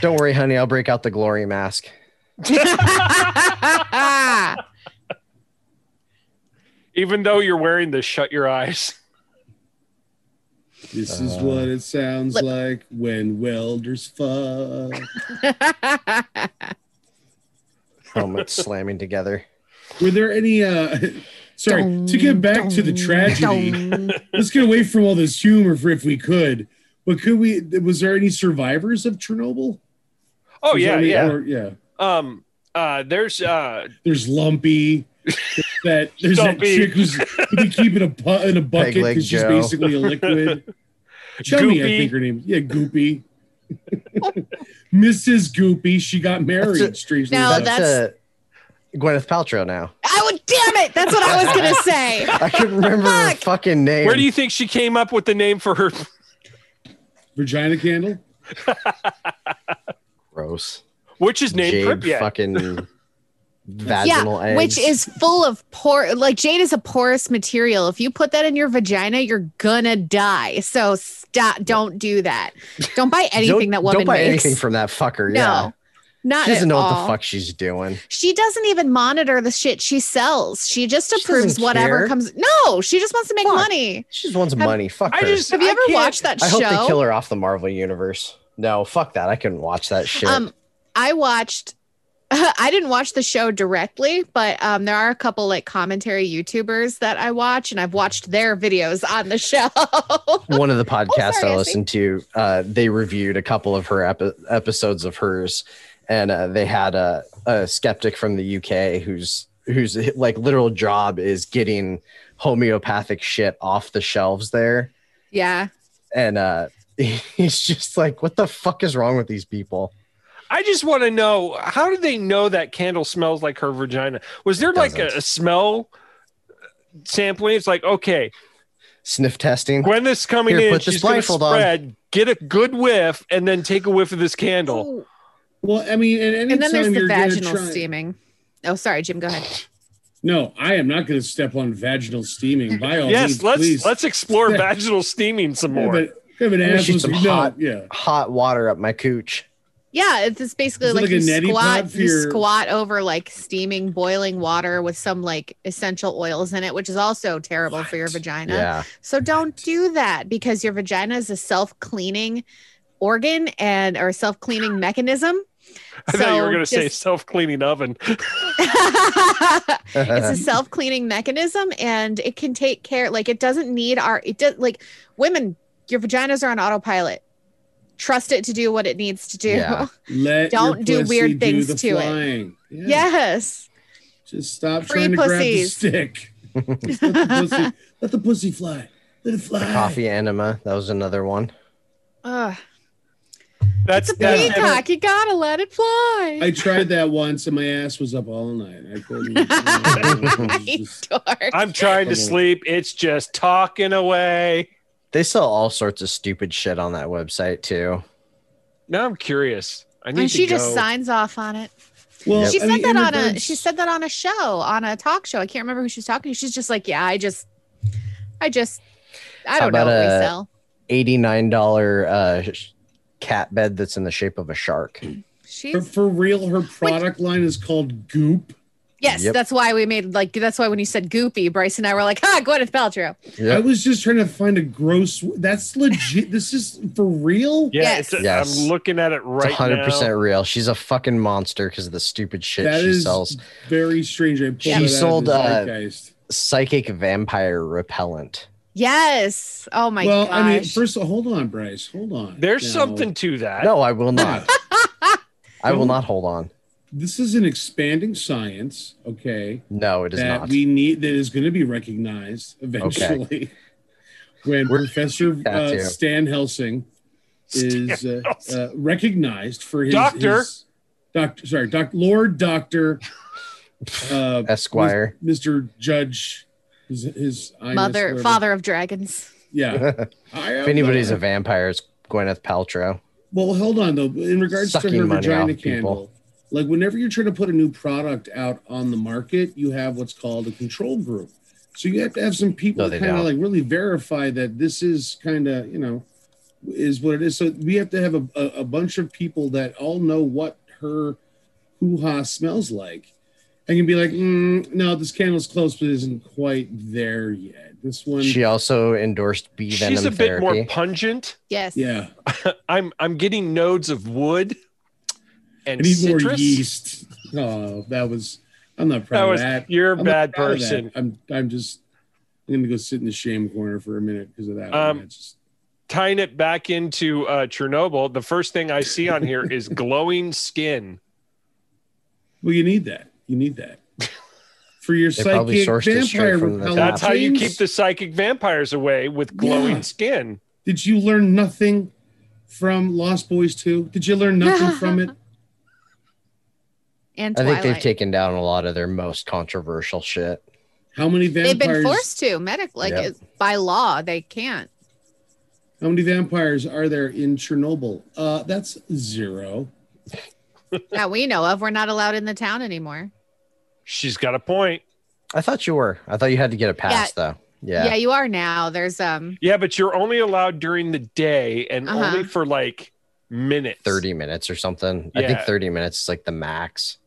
[SPEAKER 13] Don't worry, honey. I'll break out the glory mask.
[SPEAKER 14] Even though you're wearing the shut your eyes.
[SPEAKER 12] This is
[SPEAKER 14] uh.
[SPEAKER 12] what it sounds like when welders fuck.
[SPEAKER 13] Helmet slamming together.
[SPEAKER 12] Were there any? uh Sorry to get back to the tragedy. Let's get away from all this humor, for if we could. But could we? Was there any survivors of Chernobyl?
[SPEAKER 14] Oh
[SPEAKER 12] Was there
[SPEAKER 14] yeah,
[SPEAKER 12] any-
[SPEAKER 14] yeah.
[SPEAKER 12] or- yeah.
[SPEAKER 14] Um uh there's uh
[SPEAKER 12] There's Lumpy. There's That there's
[SPEAKER 14] Lumpy.
[SPEAKER 12] that chick who's who they keep in a pu- in a bucket
[SPEAKER 13] leg
[SPEAKER 12] because she's
[SPEAKER 13] Joe.
[SPEAKER 12] basically a liquid. Chummy, I
[SPEAKER 14] Goopy.
[SPEAKER 12] think her name. Yeah, Goopy. Mrs. Goopy. She got married.
[SPEAKER 13] That's a-
[SPEAKER 12] strangely
[SPEAKER 15] No,
[SPEAKER 12] enough.
[SPEAKER 15] that- That's-
[SPEAKER 13] uh, Gwyneth Paltrow now.
[SPEAKER 15] I would Oh, damn it. That's what I was gonna say.
[SPEAKER 13] I couldn't remember her fucking name.
[SPEAKER 14] where do you think she came up with the name for her
[SPEAKER 12] Vagina candle.
[SPEAKER 13] gross?
[SPEAKER 14] which is named
[SPEAKER 13] Jade
[SPEAKER 14] Pripyat?
[SPEAKER 13] fucking vaginal
[SPEAKER 15] yeah,
[SPEAKER 13] eggs.
[SPEAKER 15] which is full of por like jade is a porous material. If you put that in your vagina, you're gonna die. So stop. Don't do that. Don't buy anything
[SPEAKER 13] don't,
[SPEAKER 15] that woman
[SPEAKER 13] Don't buy
[SPEAKER 15] makes.
[SPEAKER 13] anything from that fucker.
[SPEAKER 15] no,
[SPEAKER 13] yeah.
[SPEAKER 15] not
[SPEAKER 13] She doesn't
[SPEAKER 15] at
[SPEAKER 13] know what
[SPEAKER 15] all.
[SPEAKER 13] the fuck she's doing.
[SPEAKER 15] She doesn't even monitor the shit she sells. She just approves
[SPEAKER 13] doesn't
[SPEAKER 15] whatever
[SPEAKER 13] care.
[SPEAKER 15] comes. No, she just wants to make money.
[SPEAKER 13] She just wants
[SPEAKER 15] Have-
[SPEAKER 13] money. Fuck
[SPEAKER 14] I
[SPEAKER 13] her.
[SPEAKER 14] just
[SPEAKER 15] Have you
[SPEAKER 14] I
[SPEAKER 15] ever
[SPEAKER 14] can't-
[SPEAKER 15] watched that
[SPEAKER 13] I
[SPEAKER 15] show?
[SPEAKER 13] hope they kill her off the Marvel universe. No, fuck that. I couldn't watch that shit.
[SPEAKER 15] Um, I watched. I didn't watch the show directly, but um, there are a couple like commentary YouTubers that I watch, and I've watched their videos on the show.
[SPEAKER 13] One of the podcasts
[SPEAKER 15] Oh, sorry,
[SPEAKER 13] I
[SPEAKER 15] Essie.
[SPEAKER 13] listened to, uh, they reviewed a couple of her epi- episodes of hers, and uh, they had a, a skeptic from the UK who's whose like literal job is getting homeopathic shit off the shelves there,
[SPEAKER 15] yeah,
[SPEAKER 13] and uh, he's just like, "What the fuck is wrong with these people?"
[SPEAKER 14] I just want to know how do they know that candle smells like her vagina? Was there like a,
[SPEAKER 13] doesn't.
[SPEAKER 14] a smell sampling? It's like okay,
[SPEAKER 13] Sniff testing.
[SPEAKER 14] When this coming
[SPEAKER 13] Here,
[SPEAKER 14] in,
[SPEAKER 13] put this
[SPEAKER 14] she's going to
[SPEAKER 13] blindfold on.
[SPEAKER 14] spread. Get a good whiff, and then take a whiff of this candle.
[SPEAKER 12] Well, I mean, and,
[SPEAKER 15] and then there's
[SPEAKER 12] anytime
[SPEAKER 15] the
[SPEAKER 12] you're gonna
[SPEAKER 15] vaginal
[SPEAKER 12] try-
[SPEAKER 15] steaming. Oh, sorry, Jim. Go ahead.
[SPEAKER 12] No, I am not going to step on vaginal steaming. By all
[SPEAKER 14] yes,
[SPEAKER 12] means,
[SPEAKER 14] let's
[SPEAKER 12] Oh, please.
[SPEAKER 14] let's explore
[SPEAKER 12] Yeah.
[SPEAKER 14] vaginal steaming some
[SPEAKER 12] have,
[SPEAKER 14] more.
[SPEAKER 12] an- have an
[SPEAKER 13] I'm gonna shoot
[SPEAKER 12] assless-
[SPEAKER 13] some
[SPEAKER 12] no,
[SPEAKER 13] hot-
[SPEAKER 12] Yeah,
[SPEAKER 13] Hot water up my cooch.
[SPEAKER 15] Yeah, it's just basically
[SPEAKER 12] Is it
[SPEAKER 15] like,
[SPEAKER 12] like a neti
[SPEAKER 15] you
[SPEAKER 12] pot
[SPEAKER 15] squat,
[SPEAKER 12] for
[SPEAKER 15] you
[SPEAKER 12] your-
[SPEAKER 15] squat over like steaming boiling water with some like essential oils in it, which is also terrible for your vagina.
[SPEAKER 13] Yeah.
[SPEAKER 15] So don't do that because your vagina is a self-cleaning organ and or self-cleaning mechanism.
[SPEAKER 14] I thought you were going to say
[SPEAKER 15] just-
[SPEAKER 14] self cleaning oven.
[SPEAKER 15] it's
[SPEAKER 13] Uh-huh.
[SPEAKER 15] a self-cleaning mechanism and it can take care like it doesn't need our it does like women your vaginas are on autopilot trust it to do what it needs to do
[SPEAKER 13] Yeah.
[SPEAKER 12] let
[SPEAKER 15] Don't
[SPEAKER 12] your
[SPEAKER 15] do
[SPEAKER 12] pussy
[SPEAKER 15] weird things
[SPEAKER 12] the
[SPEAKER 15] to it.
[SPEAKER 12] flying. Yeah.
[SPEAKER 15] yes
[SPEAKER 12] just stop
[SPEAKER 15] Free
[SPEAKER 12] trying to grab the
[SPEAKER 15] pussies.
[SPEAKER 12] stick. Just let, the pussy, let the pussy fly. Let it fly.
[SPEAKER 13] The coffee enema. That was another one.
[SPEAKER 15] Ugh.
[SPEAKER 14] That's
[SPEAKER 15] it's a
[SPEAKER 14] that's-
[SPEAKER 15] peacock you gotta let it fly
[SPEAKER 12] I tried that once, and my ass was up all night. I couldn't. it was
[SPEAKER 15] You
[SPEAKER 12] just-
[SPEAKER 15] dork.
[SPEAKER 14] I'm trying to sleep. It's just talking away.
[SPEAKER 13] They sell all sorts of stupid shit on that website too.
[SPEAKER 14] Now I'm curious. I need
[SPEAKER 15] and she
[SPEAKER 14] to go.
[SPEAKER 15] just signs off on it
[SPEAKER 12] well,
[SPEAKER 15] she
[SPEAKER 12] I
[SPEAKER 15] said
[SPEAKER 12] mean,
[SPEAKER 15] that
[SPEAKER 12] in
[SPEAKER 15] on a
[SPEAKER 12] regards-
[SPEAKER 15] she said that on a show on a talk show i can't remember who she was talking to she's just like yeah i just i just i
[SPEAKER 13] How
[SPEAKER 15] don't know
[SPEAKER 13] about uh,
[SPEAKER 15] what we
[SPEAKER 13] a-
[SPEAKER 15] sell
[SPEAKER 13] Eighty-nine dollar uh, sh- cat bed that's in the shape of a shark.
[SPEAKER 12] for,
[SPEAKER 15] she's
[SPEAKER 12] for real, her product line is called Goop.
[SPEAKER 15] yes
[SPEAKER 13] Yep.
[SPEAKER 15] that's why we made like that's why when you said goopy bryce and i were like ah gwyneth paltrow
[SPEAKER 12] I was just trying to find a gross. That's legit. this is for real.
[SPEAKER 14] yeah,
[SPEAKER 15] Yes.
[SPEAKER 14] it's a-
[SPEAKER 13] Yes.
[SPEAKER 14] I'm looking at it
[SPEAKER 13] It's
[SPEAKER 14] right
[SPEAKER 13] hundred
[SPEAKER 14] now.
[SPEAKER 13] percent real. She's a fucking monster because of the stupid shit
[SPEAKER 12] That
[SPEAKER 13] she
[SPEAKER 12] is
[SPEAKER 13] sells.
[SPEAKER 12] very strange. I pulled
[SPEAKER 13] She
[SPEAKER 12] that out of
[SPEAKER 13] sold,
[SPEAKER 12] the
[SPEAKER 13] uh,
[SPEAKER 12] zeitgeist.
[SPEAKER 15] Oh
[SPEAKER 13] Psychic vampire repellent.
[SPEAKER 15] yes oh my
[SPEAKER 12] well,
[SPEAKER 15] gosh
[SPEAKER 12] I mean, first, hold on, Bryce. Hold on.
[SPEAKER 14] There's
[SPEAKER 12] Now,
[SPEAKER 14] something to that.
[SPEAKER 13] No, I will not. I will
[SPEAKER 12] Don't-
[SPEAKER 13] not hold on.
[SPEAKER 12] This is an expanding science. Okay.
[SPEAKER 13] No, it is
[SPEAKER 12] that
[SPEAKER 13] not.
[SPEAKER 12] we need that is going to be recognized eventually when Professor
[SPEAKER 13] that
[SPEAKER 12] uh,
[SPEAKER 13] too.
[SPEAKER 12] Stan Helsing is uh,
[SPEAKER 14] Helsing.
[SPEAKER 12] uh, recognized for his
[SPEAKER 14] Doctor.
[SPEAKER 12] his- doctor, sorry, doc, Lord Doctor uh,
[SPEAKER 13] Esquire.
[SPEAKER 12] Mis- Mr. Judge His, his iris,
[SPEAKER 15] Mother,
[SPEAKER 12] whatever.
[SPEAKER 15] father of dragons.
[SPEAKER 12] Yeah. I am
[SPEAKER 13] if anybody's
[SPEAKER 12] the-
[SPEAKER 13] a vampire, it's Gwyneth Paltrow.
[SPEAKER 12] Well, hold on though. In regards to
[SPEAKER 13] Sucking
[SPEAKER 12] her
[SPEAKER 13] money off
[SPEAKER 12] vagina
[SPEAKER 13] people.
[SPEAKER 12] candle, like whenever you're trying to put a new product out on the market, you have what's called a control group. So you have to have some people
[SPEAKER 13] No,
[SPEAKER 12] that
[SPEAKER 13] they
[SPEAKER 12] kind of
[SPEAKER 13] don't.
[SPEAKER 12] like really verify that this is kind of you know is what it is. So we have to have a, a, a bunch of people that all know what her hoo ha smells like. And can be like, mm, no, this candle's close, but it isn't quite there yet. This one,
[SPEAKER 13] She also endorsed bee venom
[SPEAKER 14] She's a bit
[SPEAKER 13] therapy.
[SPEAKER 14] more pungent.
[SPEAKER 15] Yes.
[SPEAKER 12] yeah,
[SPEAKER 14] I'm I'm getting nodes of wood
[SPEAKER 12] I
[SPEAKER 14] and
[SPEAKER 12] need
[SPEAKER 14] citrus.
[SPEAKER 12] more yeast. Oh, that was. I'm not proud
[SPEAKER 14] That
[SPEAKER 12] of
[SPEAKER 14] was-
[SPEAKER 12] that.
[SPEAKER 14] you're a
[SPEAKER 12] I'm not
[SPEAKER 14] bad
[SPEAKER 12] proud of that.
[SPEAKER 14] person.
[SPEAKER 12] I'm. I'm just. I'm gonna go sit in the shame corner for a minute because of that.
[SPEAKER 14] Um,
[SPEAKER 12] one. It's just-
[SPEAKER 14] Tying it back into uh, Chernobyl, the first thing I see on here is glowing skin.
[SPEAKER 12] well, you need that. You need that for your
[SPEAKER 13] They probably
[SPEAKER 12] psychic
[SPEAKER 13] sourced it straight
[SPEAKER 12] vampire
[SPEAKER 13] from the
[SPEAKER 12] repellent.
[SPEAKER 14] That's how you
[SPEAKER 12] things?
[SPEAKER 14] keep the psychic vampires away with glowing
[SPEAKER 12] Yeah.
[SPEAKER 14] skin.
[SPEAKER 12] Did you learn nothing from Lost Boys 2? Did you learn nothing from it?
[SPEAKER 15] And
[SPEAKER 13] I
[SPEAKER 15] Twilight.
[SPEAKER 13] think they've taken down a lot of their most controversial shit.
[SPEAKER 12] How many
[SPEAKER 15] They've
[SPEAKER 12] vampires?
[SPEAKER 15] been forced to medic, like
[SPEAKER 13] Yep.
[SPEAKER 15] it's by law, they can't.
[SPEAKER 12] How many vampires are there in Chernobyl? Uh, that's zero.
[SPEAKER 15] that we know of. We're not allowed in the town anymore.
[SPEAKER 14] She's got a point.
[SPEAKER 13] I thought you were. I thought you had to get a pass though.
[SPEAKER 15] Yeah,
[SPEAKER 13] Yeah.
[SPEAKER 15] you are now. There's um
[SPEAKER 14] Yeah, but you're only allowed during the day and
[SPEAKER 15] Uh-huh.
[SPEAKER 14] only for like minutes.
[SPEAKER 13] 30 minutes or something. I think
[SPEAKER 14] Yeah.
[SPEAKER 13] 30 minutes is like the max.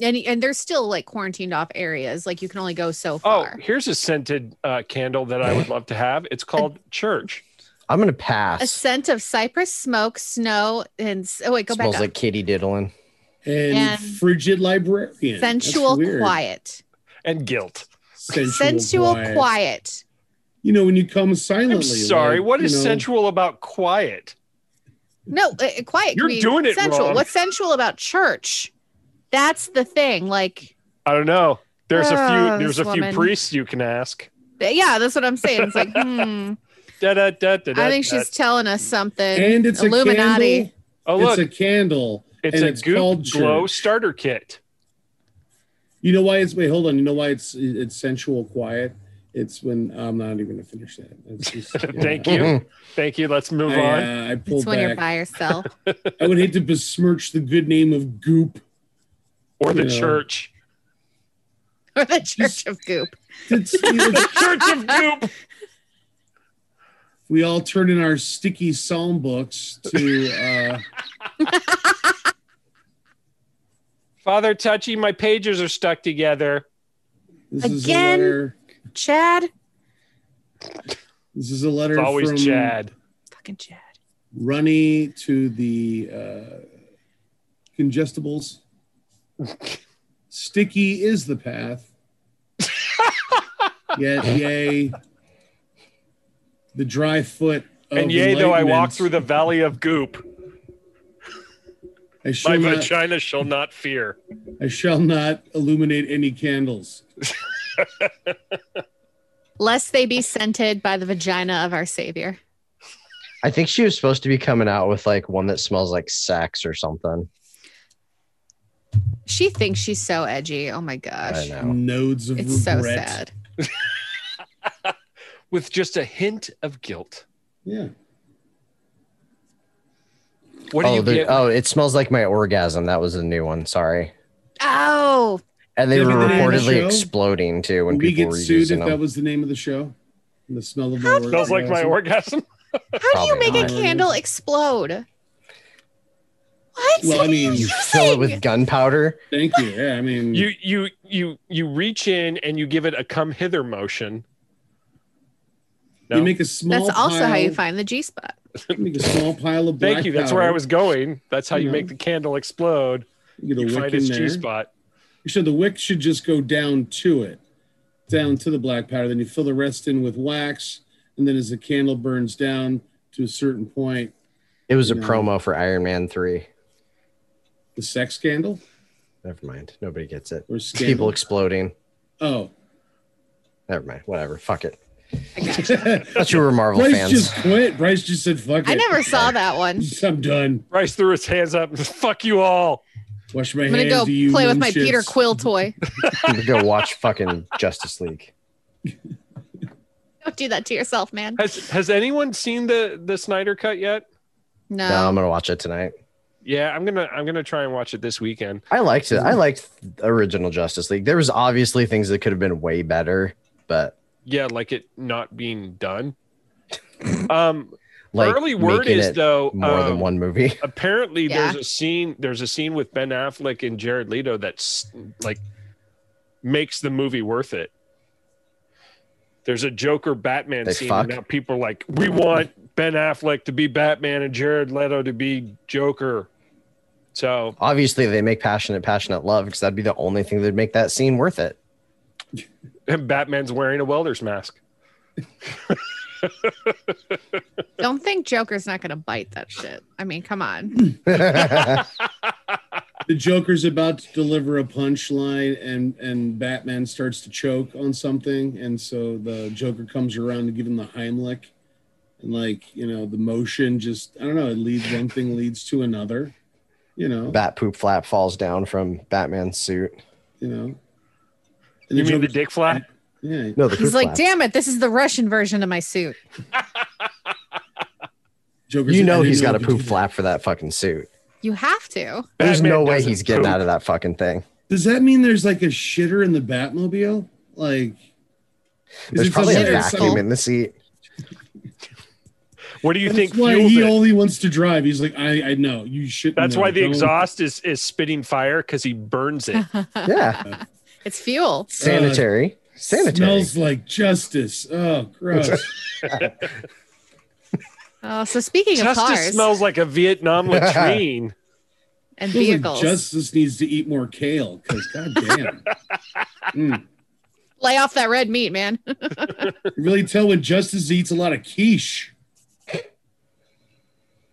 [SPEAKER 15] and and there's still like quarantined off areas. Like you can only go so
[SPEAKER 14] Oh,
[SPEAKER 15] far.
[SPEAKER 14] here's a scented uh, candle that I would love to have. It's called church.
[SPEAKER 13] I'm gonna
[SPEAKER 15] A
[SPEAKER 13] pass.
[SPEAKER 15] scent of cypress, smoke, snow, and s- oh wait, go back
[SPEAKER 13] Smells
[SPEAKER 15] up.
[SPEAKER 13] like Katie Diddlin.
[SPEAKER 12] And,
[SPEAKER 15] And-
[SPEAKER 12] frigid librarian. That's
[SPEAKER 15] sensual
[SPEAKER 12] weird.
[SPEAKER 15] quiet.
[SPEAKER 14] and guilt.
[SPEAKER 12] Sensual,
[SPEAKER 15] sensual quiet.
[SPEAKER 12] You know, when you come silently.
[SPEAKER 14] I'm sorry.
[SPEAKER 12] like,
[SPEAKER 14] what
[SPEAKER 12] you
[SPEAKER 14] is
[SPEAKER 12] know,
[SPEAKER 14] sensual about quiet?
[SPEAKER 15] No, uh, quiet. can
[SPEAKER 14] You're
[SPEAKER 15] be
[SPEAKER 14] doing it
[SPEAKER 15] sensual.
[SPEAKER 14] wrong.
[SPEAKER 15] What's sensual about church? That's the thing. Like
[SPEAKER 14] I don't know. There's a
[SPEAKER 12] Ah,
[SPEAKER 15] Oh,
[SPEAKER 14] few. There's a
[SPEAKER 15] this
[SPEAKER 14] few
[SPEAKER 15] woman.
[SPEAKER 14] priests you can ask.
[SPEAKER 15] eh, yeah, that's what I'm saying. It's like, hmm.
[SPEAKER 14] Da, da, da, da, da,
[SPEAKER 15] I think
[SPEAKER 14] da.
[SPEAKER 15] she's telling us something.
[SPEAKER 12] And it's
[SPEAKER 15] Illuminati.
[SPEAKER 14] Oh
[SPEAKER 12] a candle.
[SPEAKER 14] look,
[SPEAKER 12] It's a candle.
[SPEAKER 14] it's
[SPEAKER 12] and
[SPEAKER 14] a
[SPEAKER 12] it's
[SPEAKER 14] goop
[SPEAKER 12] called
[SPEAKER 14] glow
[SPEAKER 12] church.
[SPEAKER 14] starter kit.
[SPEAKER 12] You know why it's wait, hold on. You know why it's it's sensual quiet? It's when I'm not even gonna finish that. That's just,
[SPEAKER 14] Thank
[SPEAKER 12] yeah.
[SPEAKER 14] you.
[SPEAKER 13] Mm-hmm.
[SPEAKER 14] Thank you. Let's move
[SPEAKER 12] I,
[SPEAKER 14] on.
[SPEAKER 12] uh, I
[SPEAKER 15] it's
[SPEAKER 12] pulled
[SPEAKER 15] when you're
[SPEAKER 12] back.
[SPEAKER 15] by yourself.
[SPEAKER 12] I would hate to besmirch the good name of Goop.
[SPEAKER 14] Or the
[SPEAKER 12] yeah.
[SPEAKER 14] church.
[SPEAKER 15] or the Church of Goop.
[SPEAKER 12] It's, you know,
[SPEAKER 14] Church of Goop.
[SPEAKER 12] we all turn in our sticky psalm books to uh,
[SPEAKER 14] Father Touchy, my pages are stuck together.
[SPEAKER 12] this is a
[SPEAKER 15] Again?
[SPEAKER 12] letter.
[SPEAKER 15] Chad,
[SPEAKER 12] This is a letter
[SPEAKER 14] It's always
[SPEAKER 12] from
[SPEAKER 14] Chad.
[SPEAKER 15] fucking Chad.
[SPEAKER 12] Runny to the uh, congestibles. Sticky is the path. Yet, yay. The dry foot. Of
[SPEAKER 14] And yea, though I walk
[SPEAKER 12] enlightenment.
[SPEAKER 14] through the valley of goop,
[SPEAKER 12] I shall,
[SPEAKER 14] my
[SPEAKER 12] not,
[SPEAKER 14] vagina shall not fear.
[SPEAKER 12] I shall not illuminate any candles.
[SPEAKER 15] Lest they be scented by the vagina of our Savior.
[SPEAKER 13] I think she was supposed to be coming out with like one that smells like sex or something.
[SPEAKER 15] She thinks she's so edgy. Oh my
[SPEAKER 13] I
[SPEAKER 15] gosh.
[SPEAKER 13] know.
[SPEAKER 12] Nodes of
[SPEAKER 15] It's so
[SPEAKER 12] regret.
[SPEAKER 15] sad.
[SPEAKER 14] with just a hint of guilt.
[SPEAKER 12] Yeah.
[SPEAKER 14] What do
[SPEAKER 13] Oh,
[SPEAKER 14] you
[SPEAKER 13] there-
[SPEAKER 14] get?
[SPEAKER 13] oh, it smells like my orgasm. That was a new one. Sorry.
[SPEAKER 15] Oh,
[SPEAKER 13] And they
[SPEAKER 12] Did
[SPEAKER 13] were
[SPEAKER 12] we do that on the
[SPEAKER 13] reportedly
[SPEAKER 12] show?
[SPEAKER 13] exploding too when
[SPEAKER 12] Would we
[SPEAKER 13] people
[SPEAKER 12] get
[SPEAKER 13] were
[SPEAKER 12] sued
[SPEAKER 13] using
[SPEAKER 12] if that
[SPEAKER 13] them.
[SPEAKER 12] was the name of the show? And the smell of my
[SPEAKER 14] Smells like my orgasm.
[SPEAKER 15] how do you
[SPEAKER 13] Probably
[SPEAKER 15] make a
[SPEAKER 12] not.
[SPEAKER 15] candle explode? What?
[SPEAKER 12] Well, I mean,
[SPEAKER 13] You fill it with gunpowder.
[SPEAKER 12] Thank you. Yeah, I mean,
[SPEAKER 14] You you you you reach in and you give it a come hither motion. No.
[SPEAKER 12] you make a small.
[SPEAKER 15] That's also how you
[SPEAKER 12] pile-
[SPEAKER 15] find the G spot.
[SPEAKER 12] Make a small pile of black Mm-hmm.
[SPEAKER 14] Thank you. That's where I
[SPEAKER 12] powder.
[SPEAKER 14] was going. That's how you
[SPEAKER 12] Yeah.
[SPEAKER 14] make the candle explode.
[SPEAKER 12] You get a
[SPEAKER 14] You
[SPEAKER 12] wick
[SPEAKER 14] find
[SPEAKER 12] in
[SPEAKER 14] its
[SPEAKER 12] there.
[SPEAKER 14] G spot.
[SPEAKER 12] So the wick should just go down to it, down to the black powder. Then you fill the rest in with wax, and then as the candle burns down to a certain point,
[SPEAKER 13] It was a
[SPEAKER 12] No.
[SPEAKER 13] promo for Iron Man 3.
[SPEAKER 12] the sex candle
[SPEAKER 13] Never mind. Nobody gets it.
[SPEAKER 12] or
[SPEAKER 13] It's
[SPEAKER 12] scandal.
[SPEAKER 13] People exploding.
[SPEAKER 12] oh,
[SPEAKER 13] Never mind. Whatever. Fuck it.
[SPEAKER 12] Bryce
[SPEAKER 13] Thought you were Marvel fans.
[SPEAKER 12] just quit. Bryce just said, "Fuck it."
[SPEAKER 15] I never saw that one.
[SPEAKER 12] I'm done.
[SPEAKER 14] Bryce threw his hands up. Fuck you all.
[SPEAKER 12] Wash my
[SPEAKER 15] I'm gonna
[SPEAKER 12] hands.
[SPEAKER 15] go
[SPEAKER 12] do you
[SPEAKER 15] play with my
[SPEAKER 12] moonshits?
[SPEAKER 15] Peter Quill toy.
[SPEAKER 13] I'm gonna go watch fucking Justice League.
[SPEAKER 15] Don't do that to yourself, man.
[SPEAKER 14] Has Has anyone seen the the Snyder cut yet?
[SPEAKER 15] No.
[SPEAKER 13] No, I'm gonna watch it tonight.
[SPEAKER 14] Yeah, I'm gonna I'm gonna try and watch it this weekend.
[SPEAKER 13] I liked it. I liked the original Justice League. There was obviously things that could have been way better, but
[SPEAKER 14] Yeah, like it not being done. Um,
[SPEAKER 13] like
[SPEAKER 14] early word
[SPEAKER 13] making
[SPEAKER 14] is
[SPEAKER 13] it
[SPEAKER 14] though
[SPEAKER 13] more
[SPEAKER 14] um,
[SPEAKER 13] than one movie.
[SPEAKER 14] apparently
[SPEAKER 15] Yeah.
[SPEAKER 14] there's a scene there's a scene with Ben Affleck and Jared Leto that's like makes the movie worth it. There's a Joker Batman
[SPEAKER 13] They
[SPEAKER 14] scene
[SPEAKER 13] fuck?
[SPEAKER 14] and now people are like we want Ben Affleck to be Batman and Jared Leto to be Joker. So
[SPEAKER 13] Obviously, they make passionate, passionate love because that'd be the only thing that'd make that scene worth it.
[SPEAKER 14] and Batman's wearing a welder's mask.
[SPEAKER 15] Don't think Joker's not gonna bite that shit. I mean, come on.
[SPEAKER 12] The Joker's about to deliver a punchline, and and Batman starts to choke on something, and so the Joker comes around to give him the Heimlich, and like you know the motion just I don't know it leads one thing leads to another, you know
[SPEAKER 13] Bat poop flap falls down from Batman's suit.
[SPEAKER 12] you know.
[SPEAKER 14] You mean the dick flap?
[SPEAKER 12] Yeah.
[SPEAKER 13] No, the
[SPEAKER 15] He's
[SPEAKER 13] poop
[SPEAKER 15] like,
[SPEAKER 13] flap.
[SPEAKER 15] damn it, this is the Russian version of my suit.
[SPEAKER 12] Joker's
[SPEAKER 13] You
[SPEAKER 12] like,
[SPEAKER 13] know
[SPEAKER 12] "I
[SPEAKER 13] he's
[SPEAKER 12] didn't
[SPEAKER 13] got
[SPEAKER 12] if
[SPEAKER 13] a
[SPEAKER 12] you
[SPEAKER 13] poop
[SPEAKER 12] did that."
[SPEAKER 13] flap for that fucking suit.
[SPEAKER 15] You have to.
[SPEAKER 13] There's
[SPEAKER 14] Batman
[SPEAKER 13] no way
[SPEAKER 14] doesn't
[SPEAKER 13] he's getting
[SPEAKER 14] poop.
[SPEAKER 13] out of that fucking thing.
[SPEAKER 12] Does that mean there's like a shitter in the Batmobile? Like, is
[SPEAKER 13] There's
[SPEAKER 12] it
[SPEAKER 13] probably a
[SPEAKER 12] something
[SPEAKER 15] shitter
[SPEAKER 13] vacuum
[SPEAKER 12] that's-
[SPEAKER 15] skull?
[SPEAKER 13] in the seat.
[SPEAKER 14] What do you think
[SPEAKER 12] That's why
[SPEAKER 14] fueled
[SPEAKER 12] he
[SPEAKER 14] it?
[SPEAKER 12] only wants to drive. He's like, I, I know you should.
[SPEAKER 14] That's
[SPEAKER 12] know,
[SPEAKER 14] why the
[SPEAKER 12] don't."
[SPEAKER 14] exhaust is is spitting fire because he burns it.
[SPEAKER 13] Yeah,
[SPEAKER 15] It's fuel.
[SPEAKER 13] sanitary, sanitary.
[SPEAKER 12] Smells like justice. Oh, gross.
[SPEAKER 15] Oh, so speaking of
[SPEAKER 14] Justice
[SPEAKER 15] cars
[SPEAKER 14] smells like a Vietnam latrine.
[SPEAKER 15] and
[SPEAKER 12] Feels like
[SPEAKER 15] vehicles,
[SPEAKER 12] justice needs to eat more kale because goddamn, Mm.
[SPEAKER 15] lay off that red meat, man.
[SPEAKER 12] you really tell when justice eats a lot of quiche.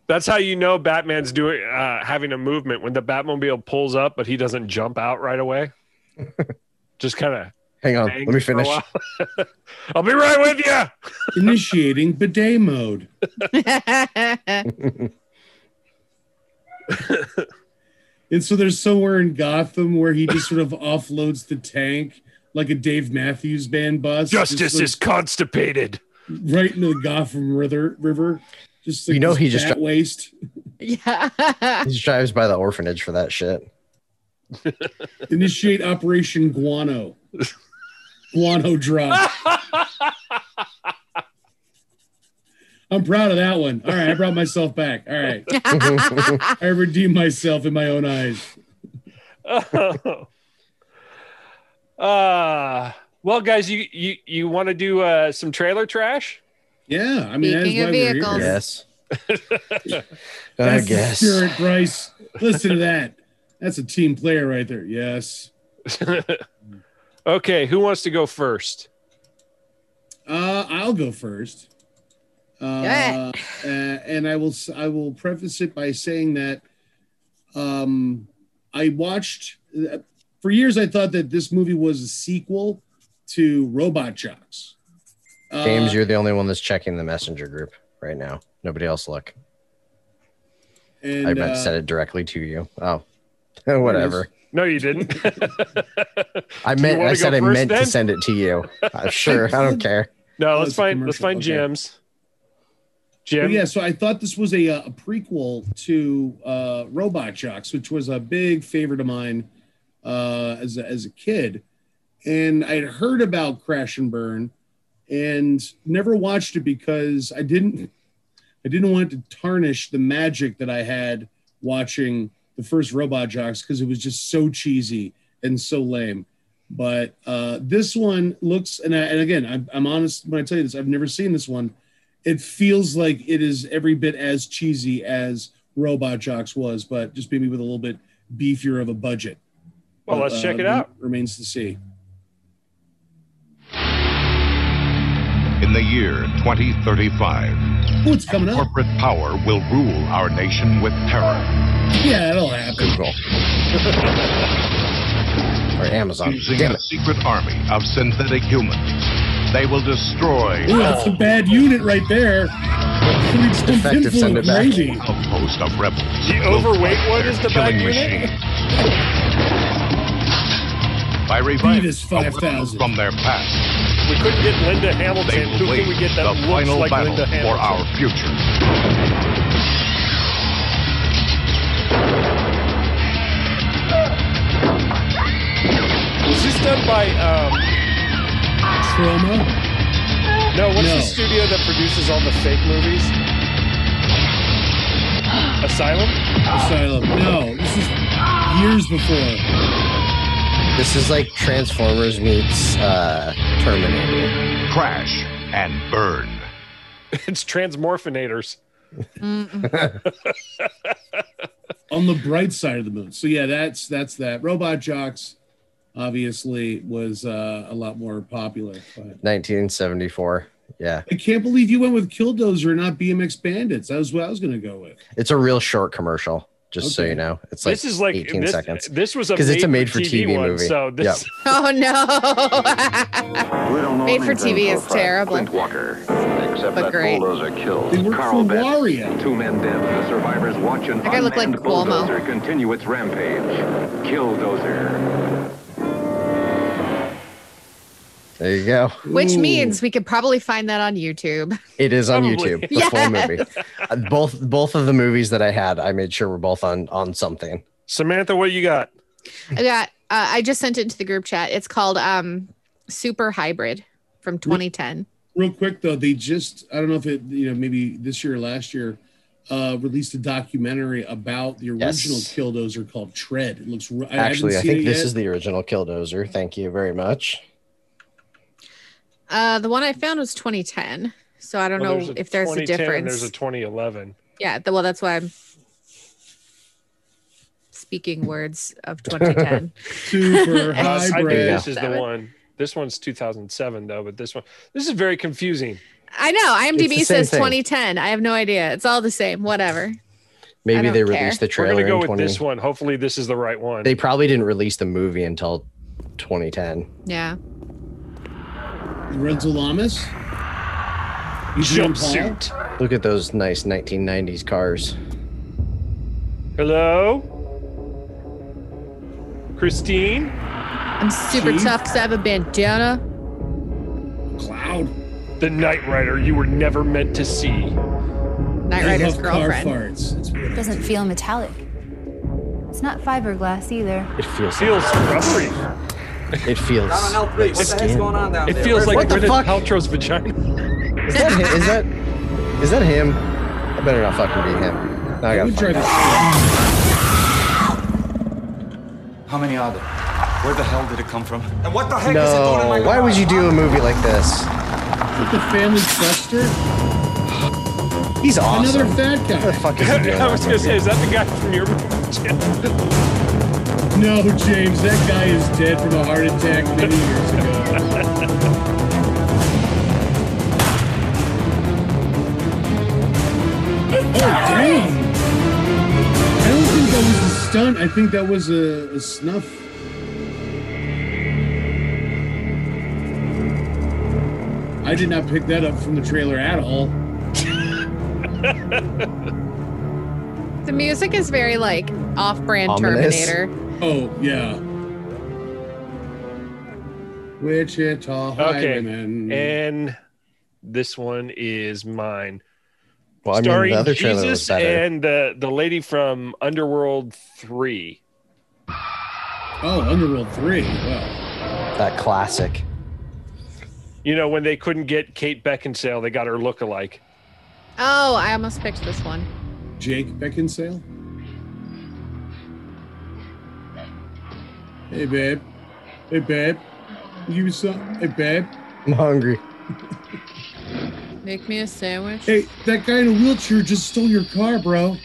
[SPEAKER 14] That's how you know Batman's doing uh, having a movement when the Batmobile pulls up, but he doesn't jump out right away. Just kind of.
[SPEAKER 13] Hang on, Uh, let me finish.
[SPEAKER 14] I'll be right with you.
[SPEAKER 12] Initiating bidet mode. And so there's somewhere in Gotham where he just sort of offloads the tank like a Dave Matthews Band bus.
[SPEAKER 14] Justice
[SPEAKER 12] just like,
[SPEAKER 14] is constipated.
[SPEAKER 12] right into the Gotham River. River. Just like
[SPEAKER 13] You know
[SPEAKER 12] this
[SPEAKER 13] he just
[SPEAKER 12] bat
[SPEAKER 13] dri-
[SPEAKER 12] waste.
[SPEAKER 15] yeah.
[SPEAKER 13] He drives by the orphanage for that shit.
[SPEAKER 12] Initiate Operation Guano. Guano drop. I'm proud of that one. All right, I brought myself back. All right, I redeemed myself in my own eyes.
[SPEAKER 14] uh, well, guys, you you you want to do uh, some trailer trash?
[SPEAKER 12] Yeah, I mean that
[SPEAKER 15] Speaking
[SPEAKER 12] is
[SPEAKER 15] of
[SPEAKER 12] why we're here.
[SPEAKER 15] vehicles.
[SPEAKER 13] Yes. I
[SPEAKER 12] That's the
[SPEAKER 13] guess.
[SPEAKER 12] spirit, Bryce. Listen to that. That's a team player right there. Yes.
[SPEAKER 14] Okay, who wants to go first?
[SPEAKER 12] Uh, I'll go first. Uh, uh, and I will s- I will preface it by saying that um, I watched uh, for years. I thought that this movie was a sequel to Robot Jocks. Uh,
[SPEAKER 13] James, you're the only one that's checking the messenger group right now. Nobody else look.
[SPEAKER 12] and,
[SPEAKER 13] I meant
[SPEAKER 12] uh,
[SPEAKER 13] said it directly to you. Oh, whatever.
[SPEAKER 14] No, you didn't.
[SPEAKER 13] I
[SPEAKER 14] Do you
[SPEAKER 13] meant.
[SPEAKER 14] wanna
[SPEAKER 13] I
[SPEAKER 14] go
[SPEAKER 13] said I
[SPEAKER 14] first
[SPEAKER 13] meant
[SPEAKER 14] then?
[SPEAKER 13] to send it to you. Uh, sure, I don't care.
[SPEAKER 14] No,
[SPEAKER 12] Oh,
[SPEAKER 14] let's
[SPEAKER 12] it's a
[SPEAKER 14] find let's
[SPEAKER 12] commercial,
[SPEAKER 14] find
[SPEAKER 12] okay.
[SPEAKER 14] Jim's.
[SPEAKER 12] But
[SPEAKER 14] Jim,
[SPEAKER 12] yeah, so I thought this was a, uh, a prequel to uh, Robot Jocks, which was a big favorite of mine uh, as, a, as a kid. And I'd heard about Crash and Burn and never watched it because I didn't I didn't want to tarnish the magic that I had watching the first Robot Jocks because it was just so cheesy and so lame. But uh, this one looks, and, I, and again, I'm, I'm honest when I tell you this, I've never seen this one it feels like it is every bit as cheesy as Robot Jocks was, but just maybe with a little bit beefier of a budget.
[SPEAKER 14] well, let's
[SPEAKER 12] But,
[SPEAKER 14] check
[SPEAKER 12] uh,
[SPEAKER 14] it out.
[SPEAKER 12] Remains to see.
[SPEAKER 1] In the year 2035,
[SPEAKER 12] Oh, it's coming up.
[SPEAKER 1] corporate power will rule our nation with terror,
[SPEAKER 12] Yeah, it'll happen.
[SPEAKER 13] Google or Amazon.
[SPEAKER 1] using
[SPEAKER 13] Damn
[SPEAKER 1] a
[SPEAKER 13] it.
[SPEAKER 1] secret army of synthetic humans. They will destroy
[SPEAKER 12] Ooh, that's a bad unit right there. It's
[SPEAKER 13] Defective, send it back.
[SPEAKER 12] Crazy.
[SPEAKER 1] outpost of rebels.
[SPEAKER 14] The
[SPEAKER 1] Will
[SPEAKER 14] overweight
[SPEAKER 1] fight
[SPEAKER 14] one
[SPEAKER 1] their
[SPEAKER 14] is the
[SPEAKER 1] killing
[SPEAKER 14] bad unit?
[SPEAKER 1] machine. By reviving
[SPEAKER 12] Beat is
[SPEAKER 1] a
[SPEAKER 12] 5,000.
[SPEAKER 1] weapon from their past,
[SPEAKER 14] We couldn't get Linda Hamilton.
[SPEAKER 1] they
[SPEAKER 14] Who
[SPEAKER 1] will
[SPEAKER 14] can
[SPEAKER 1] wage
[SPEAKER 14] we get that
[SPEAKER 1] the
[SPEAKER 14] looks
[SPEAKER 1] final
[SPEAKER 14] like
[SPEAKER 1] battle
[SPEAKER 14] Linda
[SPEAKER 1] for our
[SPEAKER 14] Hamilton?
[SPEAKER 1] future.
[SPEAKER 14] Was this done by? Um,
[SPEAKER 12] Trauma?
[SPEAKER 14] no, what's
[SPEAKER 12] No.
[SPEAKER 14] the studio that produces all the fake movies? Asylum.
[SPEAKER 12] Asylum. No, this is years before.
[SPEAKER 13] This is like Transformers meets uh, Terminator.
[SPEAKER 1] Crash and burn.
[SPEAKER 14] It's Transmorphinators.
[SPEAKER 12] On the bright side of the moon. So yeah, that's that's that. Robot Jocks obviously was uh, a lot more popular. But
[SPEAKER 13] 1974. Yeah.
[SPEAKER 12] I can't believe you went with Killdozer and not BMX Bandits. That was what I was gonna go with.
[SPEAKER 13] It's a real short commercial, just so
[SPEAKER 12] Okay.
[SPEAKER 13] you know. It's like
[SPEAKER 14] This is like
[SPEAKER 13] 18
[SPEAKER 14] this,
[SPEAKER 13] seconds.
[SPEAKER 14] This was a
[SPEAKER 13] because it's a
[SPEAKER 14] made for
[SPEAKER 13] made-for-TV
[SPEAKER 14] TV, one.
[SPEAKER 13] movie.
[SPEAKER 14] So this.
[SPEAKER 13] Yep.
[SPEAKER 15] Oh no. Made for TV is terrible.
[SPEAKER 3] Walker, except
[SPEAKER 15] But
[SPEAKER 3] that
[SPEAKER 15] great.
[SPEAKER 3] bulldozer killed
[SPEAKER 12] They worked
[SPEAKER 3] Carl
[SPEAKER 12] for
[SPEAKER 3] Bett.
[SPEAKER 12] Waria.
[SPEAKER 3] Two men dead. The survivors watch an
[SPEAKER 15] That guy looked like
[SPEAKER 3] unmanned
[SPEAKER 15] Cuomo.
[SPEAKER 3] bulldozer continue its rampage. Killdozer.
[SPEAKER 13] There you go.
[SPEAKER 15] Which means we could probably find that on YouTube.
[SPEAKER 13] it is on
[SPEAKER 15] Probably.
[SPEAKER 13] YouTube. The full movie. Uh, Both both of the movies that I had, I made sure were both on on something.
[SPEAKER 14] Samantha, what you got?
[SPEAKER 15] I got. Uh, I just sent it to the group chat. It's called um, Super Hybrid from 2010.
[SPEAKER 12] Real quick though, they just I don't know if it you know maybe this year or last year uh, released a documentary about the original
[SPEAKER 13] Yes.
[SPEAKER 12] Killdozer called Tread. It looks re- I haven't
[SPEAKER 13] Actually, I,
[SPEAKER 12] seen
[SPEAKER 13] think
[SPEAKER 12] it
[SPEAKER 13] this
[SPEAKER 12] yet.
[SPEAKER 13] is the original Killdozer. Thank you very much.
[SPEAKER 15] Uh, the one I found was 2010, so I don't
[SPEAKER 14] Well,
[SPEAKER 15] know
[SPEAKER 14] a
[SPEAKER 15] if there's a
[SPEAKER 14] 2010 and
[SPEAKER 15] difference.
[SPEAKER 14] There's a 2011.
[SPEAKER 15] yeah, the, well, that's why I'm speaking words of 2010.
[SPEAKER 12] super
[SPEAKER 14] Uh, I think
[SPEAKER 12] hybrid.
[SPEAKER 14] this is the one. This one's 2007 though, but this one. This is very confusing.
[SPEAKER 15] I know
[SPEAKER 13] It's the
[SPEAKER 15] IMDb
[SPEAKER 13] same
[SPEAKER 15] says
[SPEAKER 13] thing.
[SPEAKER 15] 2010. I have no idea. It's all the same. Whatever.
[SPEAKER 13] Maybe
[SPEAKER 15] don't
[SPEAKER 13] they
[SPEAKER 15] care.
[SPEAKER 13] released the
[SPEAKER 14] We're
[SPEAKER 13] trailer
[SPEAKER 14] gonna go
[SPEAKER 13] in
[SPEAKER 14] with
[SPEAKER 13] 20.
[SPEAKER 14] this one. Hopefully, this is the right one.
[SPEAKER 13] They probably didn't release the movie until 2010.
[SPEAKER 15] Yeah.
[SPEAKER 12] Lorenzo Lamas. Jean Paul?
[SPEAKER 14] jumpsuit.
[SPEAKER 13] Look at those nice 1990s cars.
[SPEAKER 14] Hello, Christine.
[SPEAKER 15] I'm super
[SPEAKER 14] See?
[SPEAKER 15] tough because I have a bandana.
[SPEAKER 12] Cloud.
[SPEAKER 14] The Knight Rider you were never meant to see.
[SPEAKER 15] Knight
[SPEAKER 12] I
[SPEAKER 15] Rider's
[SPEAKER 12] love car
[SPEAKER 15] girlfriend.
[SPEAKER 12] farts. It's weird.
[SPEAKER 4] Doesn't feel metallic. It's not fiberglass either.
[SPEAKER 13] It feels.
[SPEAKER 14] Feels rubbery.
[SPEAKER 13] It feels. like skin.
[SPEAKER 8] on down
[SPEAKER 14] It feels like
[SPEAKER 13] What the
[SPEAKER 14] Gwyneth
[SPEAKER 13] fuck?
[SPEAKER 14] Paltrow's vagina.
[SPEAKER 13] Is that him? Is that is that him? I better not fucking be him. Now I gotta
[SPEAKER 12] We
[SPEAKER 13] find
[SPEAKER 12] drive
[SPEAKER 13] out.
[SPEAKER 17] How many are there? Where the hell did it come from?
[SPEAKER 8] And what the heck is it doing in my
[SPEAKER 13] No, why would you do a movie like this?
[SPEAKER 12] With the family cluster.
[SPEAKER 13] He's awesome.
[SPEAKER 12] Another fat
[SPEAKER 13] What the
[SPEAKER 12] guy.
[SPEAKER 13] fuck is he doing?
[SPEAKER 14] I was gonna say, is that the guy from your?
[SPEAKER 12] No, James, that guy is dead from a heart attack many years ago. oh, damn! I don't think that was a stunt. I think that was a, a snuff. I did not pick that up from the trailer at all.
[SPEAKER 15] The music is very like off-brand
[SPEAKER 13] Ominous.
[SPEAKER 15] Terminator.
[SPEAKER 12] Oh, yeah. Wichita
[SPEAKER 14] Okay.
[SPEAKER 13] Mm.
[SPEAKER 12] Highwayman.
[SPEAKER 14] And this one is mine.
[SPEAKER 13] Well, I mean,
[SPEAKER 14] Starring
[SPEAKER 13] the other trailer was
[SPEAKER 14] Jesus
[SPEAKER 13] better.
[SPEAKER 14] and the, the lady from Underworld 3.
[SPEAKER 12] Oh, Underworld 3. Wow.
[SPEAKER 13] that classic.
[SPEAKER 14] You know, when they couldn't get Kate Beckinsale, they got her look-alike.
[SPEAKER 15] Oh, I almost picked this one.
[SPEAKER 12] Jake Beckinsale? Hey, babe. Hey, babe. You give me some. Hey, babe.
[SPEAKER 13] I'm hungry.
[SPEAKER 15] Make me a sandwich.
[SPEAKER 12] Hey, that guy in a wheelchair just stole your car, bro.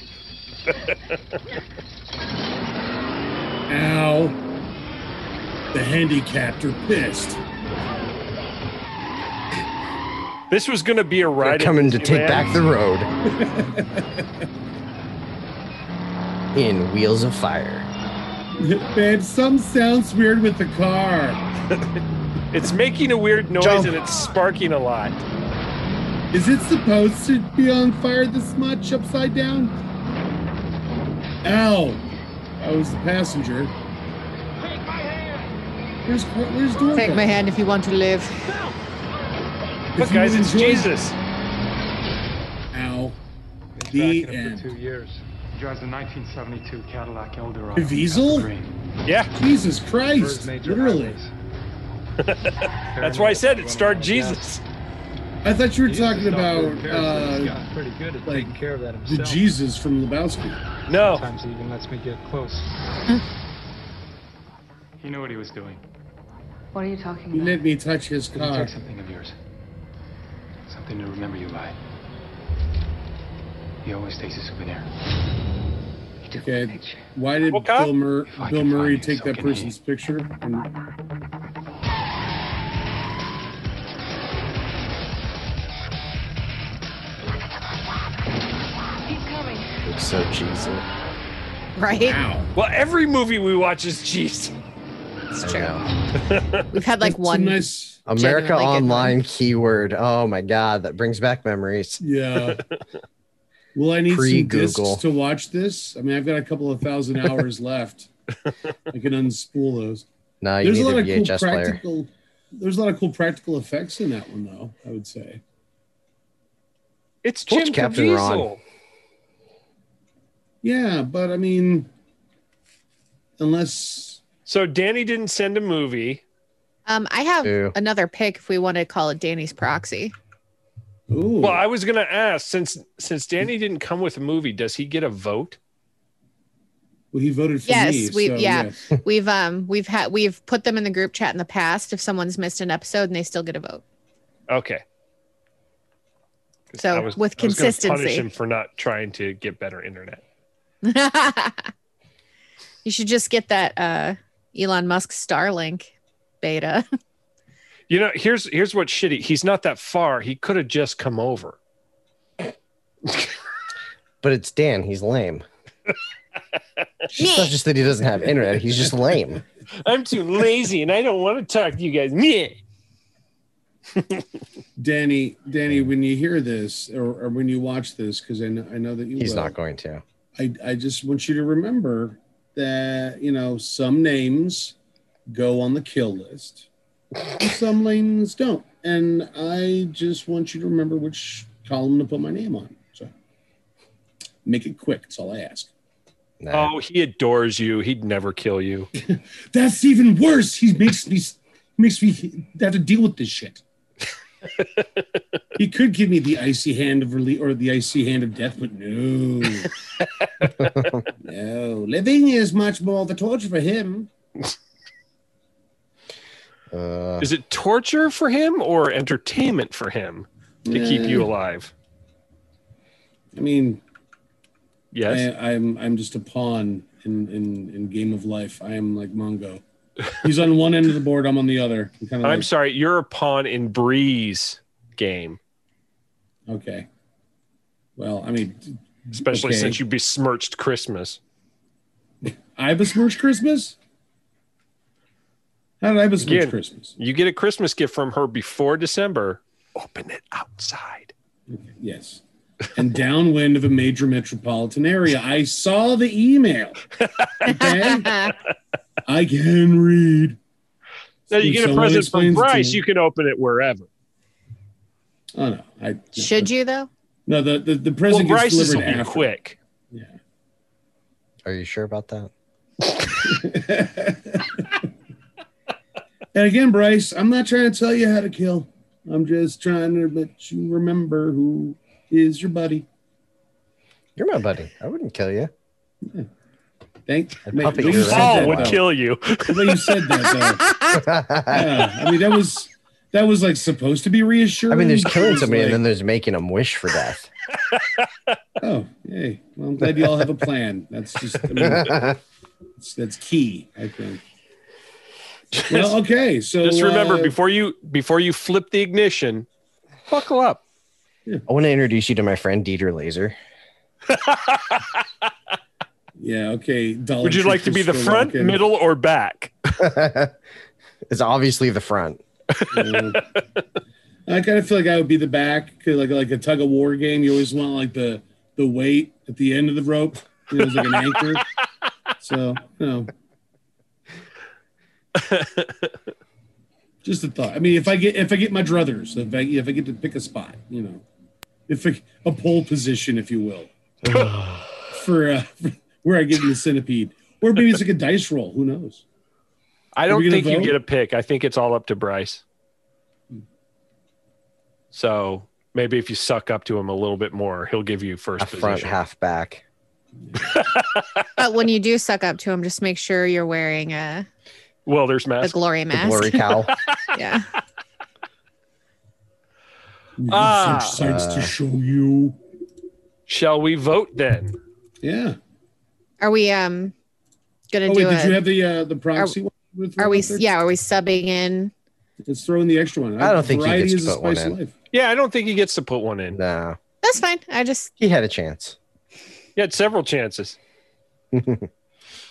[SPEAKER 12] Ow. The handicapped are pissed.
[SPEAKER 14] This was going to be a
[SPEAKER 13] They're
[SPEAKER 14] ride. at
[SPEAKER 13] coming to take
[SPEAKER 14] Disneyland.
[SPEAKER 13] back the road. In Wheels of Fire.
[SPEAKER 12] babe, some sounds weird with the car.
[SPEAKER 14] It's making a weird noise
[SPEAKER 13] Jump.
[SPEAKER 14] and it's sparking a lot.
[SPEAKER 12] Is it supposed to be on fire this much upside down? Ow. I I was the passenger. Where's where's Dorothy?
[SPEAKER 15] Take my hand if you want to live.
[SPEAKER 14] Look, guys, it's Jesus.
[SPEAKER 12] Ow. The end.
[SPEAKER 17] two years. He drives a 1972 Cadillac Eldorado.
[SPEAKER 12] Caviezel?
[SPEAKER 14] Yeah.
[SPEAKER 12] Jesus Christ. Literally.
[SPEAKER 14] That's why I said it starred Jesus.
[SPEAKER 12] I thought you were talking about
[SPEAKER 17] He's
[SPEAKER 12] uh,
[SPEAKER 17] got pretty good at
[SPEAKER 12] like,
[SPEAKER 17] taking care of that
[SPEAKER 12] the
[SPEAKER 17] himself.
[SPEAKER 12] Jesus from Lebowski.
[SPEAKER 14] No.
[SPEAKER 17] Sometimes he even lets me get close. he knew what he was doing.
[SPEAKER 4] What are you talking
[SPEAKER 12] He
[SPEAKER 4] about?
[SPEAKER 12] let me touch his
[SPEAKER 17] Did he
[SPEAKER 12] car.
[SPEAKER 17] take something of yours? Something to remember you by. He always takes a souvenir.
[SPEAKER 12] Okay. Why did Bill, Mur- Bill Murray take that person's picture? And
[SPEAKER 13] It's so cheesy.
[SPEAKER 15] Right?
[SPEAKER 14] Well, every movie we watch is Jesus.
[SPEAKER 15] It's
[SPEAKER 13] I
[SPEAKER 15] true.
[SPEAKER 13] know.
[SPEAKER 15] We've had like one. genuinely
[SPEAKER 13] America
[SPEAKER 15] good
[SPEAKER 13] Online keyword. Oh my god, that brings back memories.
[SPEAKER 12] Yeah. Will I need some
[SPEAKER 13] Pre-Google.
[SPEAKER 12] discs to watch this? I mean, I've got a couple of thousand hours left. I can unspool those.
[SPEAKER 13] No, Oh, you need a, VHS player.
[SPEAKER 12] practical. There's a lot of cool practical effects in that one, though. I would say.
[SPEAKER 14] It's
[SPEAKER 13] What's
[SPEAKER 14] Jim
[SPEAKER 13] Captain
[SPEAKER 14] Caviezel.
[SPEAKER 12] Yeah, but I mean, unless
[SPEAKER 14] So Danny didn't send a movie.
[SPEAKER 15] Um, I have
[SPEAKER 14] Ew.
[SPEAKER 15] another pick if we want to call it Danny's proxy.
[SPEAKER 14] Well, I was gonna ask since since Danny didn't come with a movie, does he get a vote?
[SPEAKER 12] well, he voted for
[SPEAKER 15] yes,
[SPEAKER 12] me.
[SPEAKER 15] we
[SPEAKER 12] so,
[SPEAKER 15] yeah, we've um we've had we've put them in the group chat in the past if someone's missed an episode and they still get a vote.
[SPEAKER 14] Okay. 'Cause
[SPEAKER 15] So, with
[SPEAKER 14] I was gonna punish
[SPEAKER 15] consistency.
[SPEAKER 14] him for not trying to get better internet.
[SPEAKER 15] you should just get that uh Elon Musk Starlink beta.
[SPEAKER 14] You know, here's here's what's shitty. He's not that far. He could have just come over.
[SPEAKER 13] But it's Dan. He's lame. it's not just that he doesn't have internet. He's just lame.
[SPEAKER 14] I'm too lazy and I don't want to talk to you guys. Meh.
[SPEAKER 12] Danny, Danny, when you hear this or, or when you watch this, because I know I know that you
[SPEAKER 13] He's
[SPEAKER 12] will,
[SPEAKER 13] not going to.
[SPEAKER 12] I, I just want you to remember that you know some names go on the kill list, some names don't, and I just want you to remember which column to put my name on. So make it quick. That's all I ask.
[SPEAKER 14] Oh, he adores you. He'd never kill you.
[SPEAKER 12] That's even worse. He makes me makes me have to deal with this shit. he could give me the icy hand of relief or the icy hand of death, but no. no. Living is much more the torture for him.
[SPEAKER 13] Uh,
[SPEAKER 14] Is it torture for him or entertainment for him to keep you
[SPEAKER 15] Uh,
[SPEAKER 12] Nah.
[SPEAKER 14] alive?
[SPEAKER 12] I mean,
[SPEAKER 14] Yes.
[SPEAKER 12] I, I'm I'm just a pawn in, in, in game of life. I am like Mongo. He's on one end of the board, I'm on the other. I'm, kinda
[SPEAKER 14] I'm
[SPEAKER 12] like,
[SPEAKER 14] sorry, you're a pawn in Bree's game,
[SPEAKER 12] okay. Well, I mean,
[SPEAKER 14] especially
[SPEAKER 12] Okay.
[SPEAKER 14] since you besmirched Christmas.
[SPEAKER 12] I besmirch Christmas? How did I besmirch
[SPEAKER 14] Again.
[SPEAKER 12] Christmas?
[SPEAKER 14] You get a Christmas gift from her before December. Open it outside.
[SPEAKER 12] Yes. And downwind of a major metropolitan area. I saw the email. Okay? I can read.
[SPEAKER 14] Now you
[SPEAKER 12] If
[SPEAKER 14] get a
[SPEAKER 12] someone
[SPEAKER 14] present from
[SPEAKER 12] explains it to
[SPEAKER 14] Bryce,
[SPEAKER 12] me-
[SPEAKER 14] you can open it wherever.
[SPEAKER 12] Oh no. I
[SPEAKER 15] should you though?
[SPEAKER 12] No, the the, the
[SPEAKER 14] Well,
[SPEAKER 12] present gets
[SPEAKER 14] Bryce's will
[SPEAKER 12] delivered
[SPEAKER 14] be
[SPEAKER 12] after.
[SPEAKER 14] quick.
[SPEAKER 13] Are you sure about that?
[SPEAKER 12] And again, Bryce, I'm not trying to tell you how to kill. I'm just trying to let you remember who is your buddy.
[SPEAKER 13] You're my buddy. I wouldn't kill you.
[SPEAKER 12] Thank
[SPEAKER 13] I'd
[SPEAKER 12] man,
[SPEAKER 13] puppet
[SPEAKER 12] the way
[SPEAKER 13] you
[SPEAKER 12] you.
[SPEAKER 13] right
[SPEAKER 12] said
[SPEAKER 13] now.
[SPEAKER 12] that,
[SPEAKER 14] Would
[SPEAKER 12] though.
[SPEAKER 14] kill you.
[SPEAKER 12] The way you said that, though.
[SPEAKER 14] Ah.
[SPEAKER 12] yeah, I mean that was that was like supposed to be reassuring.
[SPEAKER 13] I mean, there's killing
[SPEAKER 12] It's
[SPEAKER 13] somebody and then
[SPEAKER 12] like,
[SPEAKER 13] there's making them wish for death.
[SPEAKER 12] oh, hey, well, I'm glad you all have a plan. That's just I mean, that's, that's key, I think. Well, okay, so
[SPEAKER 14] Just remember
[SPEAKER 12] uh,
[SPEAKER 14] before you before you flip the ignition, buckle up.
[SPEAKER 13] I want to introduce you to my friend Dieter Laser.
[SPEAKER 12] yeah, okay. Dollar
[SPEAKER 14] Would you
[SPEAKER 12] Tree
[SPEAKER 14] like to be the
[SPEAKER 12] Christopher
[SPEAKER 14] front,
[SPEAKER 12] Walken.
[SPEAKER 14] middle, or back?
[SPEAKER 13] It's obviously the front.
[SPEAKER 12] Yeah. I kind of feel like I would be the back, 'cause like like a tug of war game. You always want like the the weight at the end of the rope. You know, there's like an anchor. So, you know. Just a thought. I mean, if I get if I get my druthers, if I, if I get to pick a spot, you know, if I, a pole position, if you will, for, uh, for where I get in the centipede, or maybe it's like a dice roll. Who knows?
[SPEAKER 14] I
[SPEAKER 12] Are
[SPEAKER 14] don't
[SPEAKER 12] we gonna
[SPEAKER 14] think you
[SPEAKER 12] vote?
[SPEAKER 14] get a pick. I think it's all up to Bryce. So maybe if you suck up to him a little bit more, he'll give you first
[SPEAKER 13] Half front,
[SPEAKER 14] position.
[SPEAKER 13] half back.
[SPEAKER 15] But when you do suck up to him, just make sure you're wearing a
[SPEAKER 14] Well, there's
[SPEAKER 15] the
[SPEAKER 14] mask.
[SPEAKER 15] glory mask.
[SPEAKER 13] glory cow.
[SPEAKER 15] yeah.
[SPEAKER 14] Ah.
[SPEAKER 12] Research sites to show you.
[SPEAKER 14] Shall we vote then?
[SPEAKER 12] Yeah.
[SPEAKER 15] Are we um gonna
[SPEAKER 12] Oh
[SPEAKER 15] do
[SPEAKER 12] wait,
[SPEAKER 15] a,
[SPEAKER 12] did you have the uh, the proxy one?
[SPEAKER 15] Are we?
[SPEAKER 12] out there?
[SPEAKER 15] Yeah, are we subbing in?
[SPEAKER 12] Let's throw in the extra one.
[SPEAKER 13] I don't think he
[SPEAKER 12] Variety
[SPEAKER 13] gets to
[SPEAKER 12] is the
[SPEAKER 13] put one
[SPEAKER 12] spice
[SPEAKER 13] in.
[SPEAKER 12] of life.
[SPEAKER 14] Yeah, I don't think he gets to put one in.
[SPEAKER 13] No,
[SPEAKER 15] That's fine. I just
[SPEAKER 13] he had a chance. Uh,
[SPEAKER 14] He had several chances.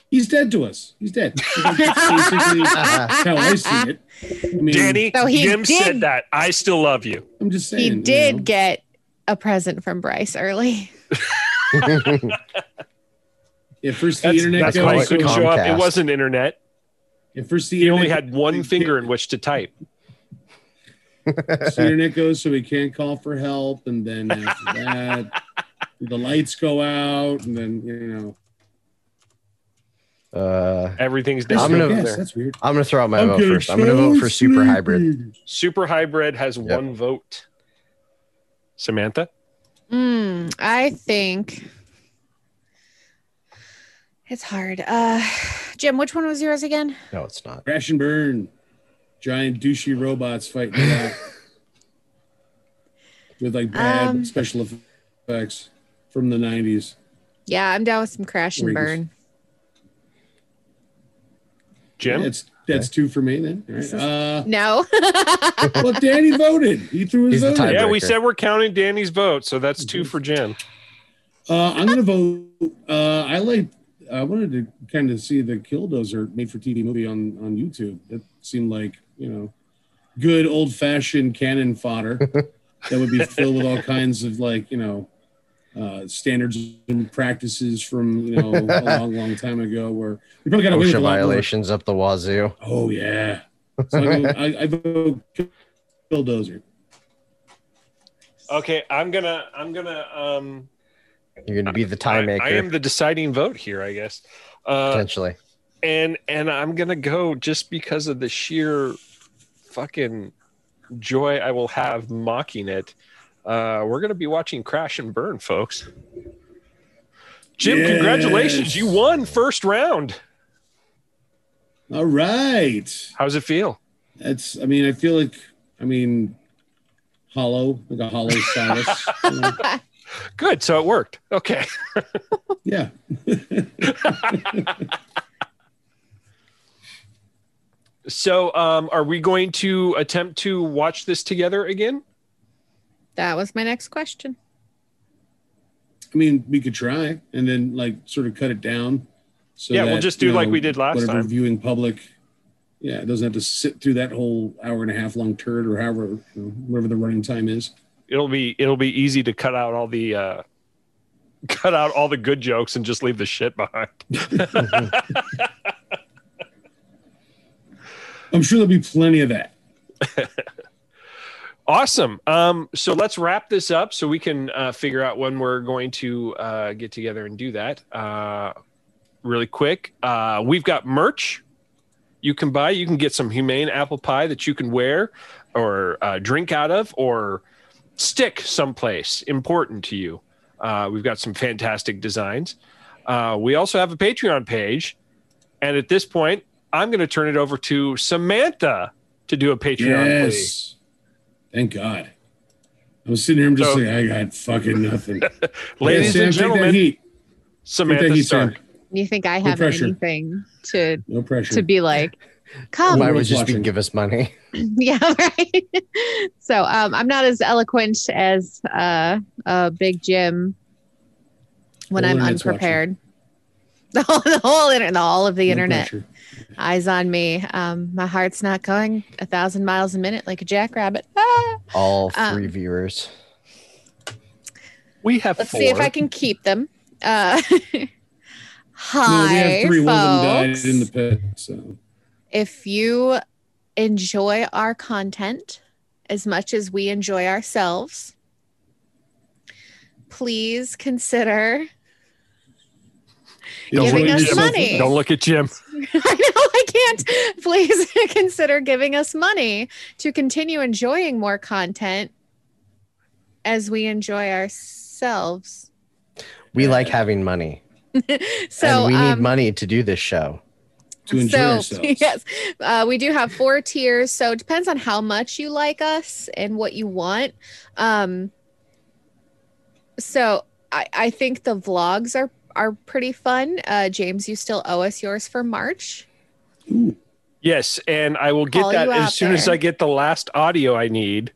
[SPEAKER 12] He's dead to us. He's dead. That's basically how I see it. I mean,
[SPEAKER 14] Danny,
[SPEAKER 15] So he
[SPEAKER 14] Jim said
[SPEAKER 15] did-
[SPEAKER 14] that. I still love you.
[SPEAKER 12] I'm just saying.
[SPEAKER 15] he
[SPEAKER 12] you know.
[SPEAKER 15] did get a present from Bryce early.
[SPEAKER 12] If first the
[SPEAKER 14] That's,
[SPEAKER 12] internet
[SPEAKER 14] that's
[SPEAKER 12] goes,
[SPEAKER 14] why he couldn't show up. It
[SPEAKER 13] Comcast.
[SPEAKER 14] wasn't internet.
[SPEAKER 12] if first the
[SPEAKER 14] He only
[SPEAKER 12] internet-
[SPEAKER 14] had one finger in which to type.
[SPEAKER 12] first the internet goes, so he can't call for help, and then after that, the lights go out, and then you know.
[SPEAKER 13] Uh,
[SPEAKER 14] Everything's
[SPEAKER 12] That's
[SPEAKER 14] down
[SPEAKER 13] I'm gonna-
[SPEAKER 12] yes,
[SPEAKER 14] there.
[SPEAKER 12] that's weird.
[SPEAKER 13] I'm gonna throw out my
[SPEAKER 12] I'm
[SPEAKER 13] vote
[SPEAKER 12] getting
[SPEAKER 13] first. I'm gonna vote
[SPEAKER 12] so
[SPEAKER 13] for super hybrid.
[SPEAKER 12] sleepy.
[SPEAKER 14] Super hybrid has one vote. Samantha?
[SPEAKER 15] Mm, I think it's hard. Uh, Jim, which one was yours again?
[SPEAKER 13] No, it's not.
[SPEAKER 12] Crash and burn. Giant douchey robots fighting it out with like bad
[SPEAKER 15] Um,
[SPEAKER 12] special effects from the '90s.
[SPEAKER 15] Yeah, I'm down with some crash and
[SPEAKER 12] Reeves.
[SPEAKER 15] burn.
[SPEAKER 14] Jim?
[SPEAKER 12] That's that's two for me then. All right. Uh,
[SPEAKER 15] No,
[SPEAKER 12] well, Danny voted. He threw his
[SPEAKER 13] He's the
[SPEAKER 12] vote.
[SPEAKER 13] tiebreaker.
[SPEAKER 12] in.
[SPEAKER 14] yeah, we
[SPEAKER 13] Tiebreaker.
[SPEAKER 14] said we're counting Danny's vote, so that's two for Jim.
[SPEAKER 12] Uh, I'm gonna vote. Uh, I like. I wanted to kind of see the Killdozer made for TV movie on on YouTube. That seemed like you know, good old fashioned cannon fodder that would be filled with all kinds of like you know, uh, standards and practices from you know a long long time ago where we probably got away with a
[SPEAKER 13] OSHA
[SPEAKER 12] lot more.
[SPEAKER 13] violations up the wazoo.
[SPEAKER 12] Oh yeah. So I, vote- I, I vote Killdozer.
[SPEAKER 14] Okay, I'm gonna I'm gonna um
[SPEAKER 13] You're gonna be the tie
[SPEAKER 14] I,
[SPEAKER 13] maker
[SPEAKER 14] I am the deciding vote here, I guess. Uh,
[SPEAKER 13] potentially.
[SPEAKER 14] and and I'm gonna go just because of the sheer fucking joy I will have mocking it. Uh, we're gonna be watching Crash and Burn, folks. Jim,
[SPEAKER 12] Yes.
[SPEAKER 14] congratulations! You won first round.
[SPEAKER 12] All right.
[SPEAKER 14] How's it feel?
[SPEAKER 12] That's. I mean, I feel like. I mean, hollow, like a hollow solace. you know?
[SPEAKER 14] Good, so it worked. Okay.
[SPEAKER 12] Yeah.
[SPEAKER 14] So, um, are we going to attempt to watch this together again?
[SPEAKER 15] that was my next question.
[SPEAKER 12] I mean, we could try and then like sort of cut it down. So
[SPEAKER 14] Yeah, we'll
[SPEAKER 12] that,
[SPEAKER 14] just do
[SPEAKER 12] you
[SPEAKER 14] like we did last
[SPEAKER 12] whatever
[SPEAKER 14] time.
[SPEAKER 12] Viewing public. Yeah, it doesn't have to sit through that whole hour and a half long turd or however, you know, whatever the running time is.
[SPEAKER 14] It'll be it'll be easy to cut out all the uh, cut out all the good jokes and just leave the shit behind.
[SPEAKER 12] I'm sure there'll be plenty of that.
[SPEAKER 14] Awesome. Um, so let's wrap this up so we can uh, figure out when we're going to uh, get together and do that. Uh, really quick, uh, we've got merch you can buy. You can get some humane apple pie that you can wear or uh, drink out of or stick someplace important to you. Uh, we've got some fantastic designs. Uh, we also have a Patreon page. And at this point, I'm going to turn it over to Samantha to do a Patreon. plea.
[SPEAKER 12] Yes. Thank God. I was sitting here. I'm just
[SPEAKER 14] So-
[SPEAKER 12] like, I got fucking nothing.
[SPEAKER 14] Ladies
[SPEAKER 12] Yeah, Sam,
[SPEAKER 14] and
[SPEAKER 12] take that
[SPEAKER 14] gentlemen,
[SPEAKER 12] heat. Take that
[SPEAKER 14] Samantha
[SPEAKER 12] heat, Sam.
[SPEAKER 14] Stark.
[SPEAKER 15] You think I have
[SPEAKER 12] pressure.
[SPEAKER 15] anything to
[SPEAKER 12] No pressure.
[SPEAKER 15] to be like? Come,
[SPEAKER 13] Mine would
[SPEAKER 12] Everyone's
[SPEAKER 13] just be
[SPEAKER 12] watching.
[SPEAKER 13] give us money.
[SPEAKER 15] yeah, right. so um, I'm not as eloquent as uh, uh, Big Jim when
[SPEAKER 12] The whole
[SPEAKER 15] I'm
[SPEAKER 12] internet's watching.
[SPEAKER 15] unprepared. The whole, the whole internet, all of the
[SPEAKER 12] No
[SPEAKER 15] internet,
[SPEAKER 12] pressure.
[SPEAKER 15] eyes on me. Um, my heart's not going a thousand miles a minute like a jackrabbit. Ah!
[SPEAKER 13] All
[SPEAKER 15] Um,
[SPEAKER 13] three viewers.
[SPEAKER 14] We have
[SPEAKER 15] Let's
[SPEAKER 14] four.
[SPEAKER 15] see if I can keep them. Uh,
[SPEAKER 12] No, we have
[SPEAKER 15] Hi,
[SPEAKER 12] three. One of them
[SPEAKER 15] folks.
[SPEAKER 12] died in the pit. So
[SPEAKER 15] If you enjoy our content as much as we enjoy ourselves, please consider. Giving
[SPEAKER 14] look at
[SPEAKER 15] us
[SPEAKER 14] Jim.
[SPEAKER 15] money.
[SPEAKER 14] Don't look at Jim.
[SPEAKER 15] I know I can't. Please consider giving us money to continue enjoying more content as we enjoy ourselves.
[SPEAKER 13] We like having money.
[SPEAKER 15] So
[SPEAKER 13] and we need
[SPEAKER 15] um,
[SPEAKER 13] money to do this show.
[SPEAKER 15] so yes, uh, we do have four tiers. So it depends on how much you like us and what you want. Um, so I, I think the vlogs are are pretty fun. Uh, James, you still owe us yours for March.
[SPEAKER 14] Yes, and I will get
[SPEAKER 15] Call
[SPEAKER 14] that
[SPEAKER 15] you
[SPEAKER 14] as
[SPEAKER 15] out
[SPEAKER 14] soon as
[SPEAKER 15] there.
[SPEAKER 14] I get the last audio I need,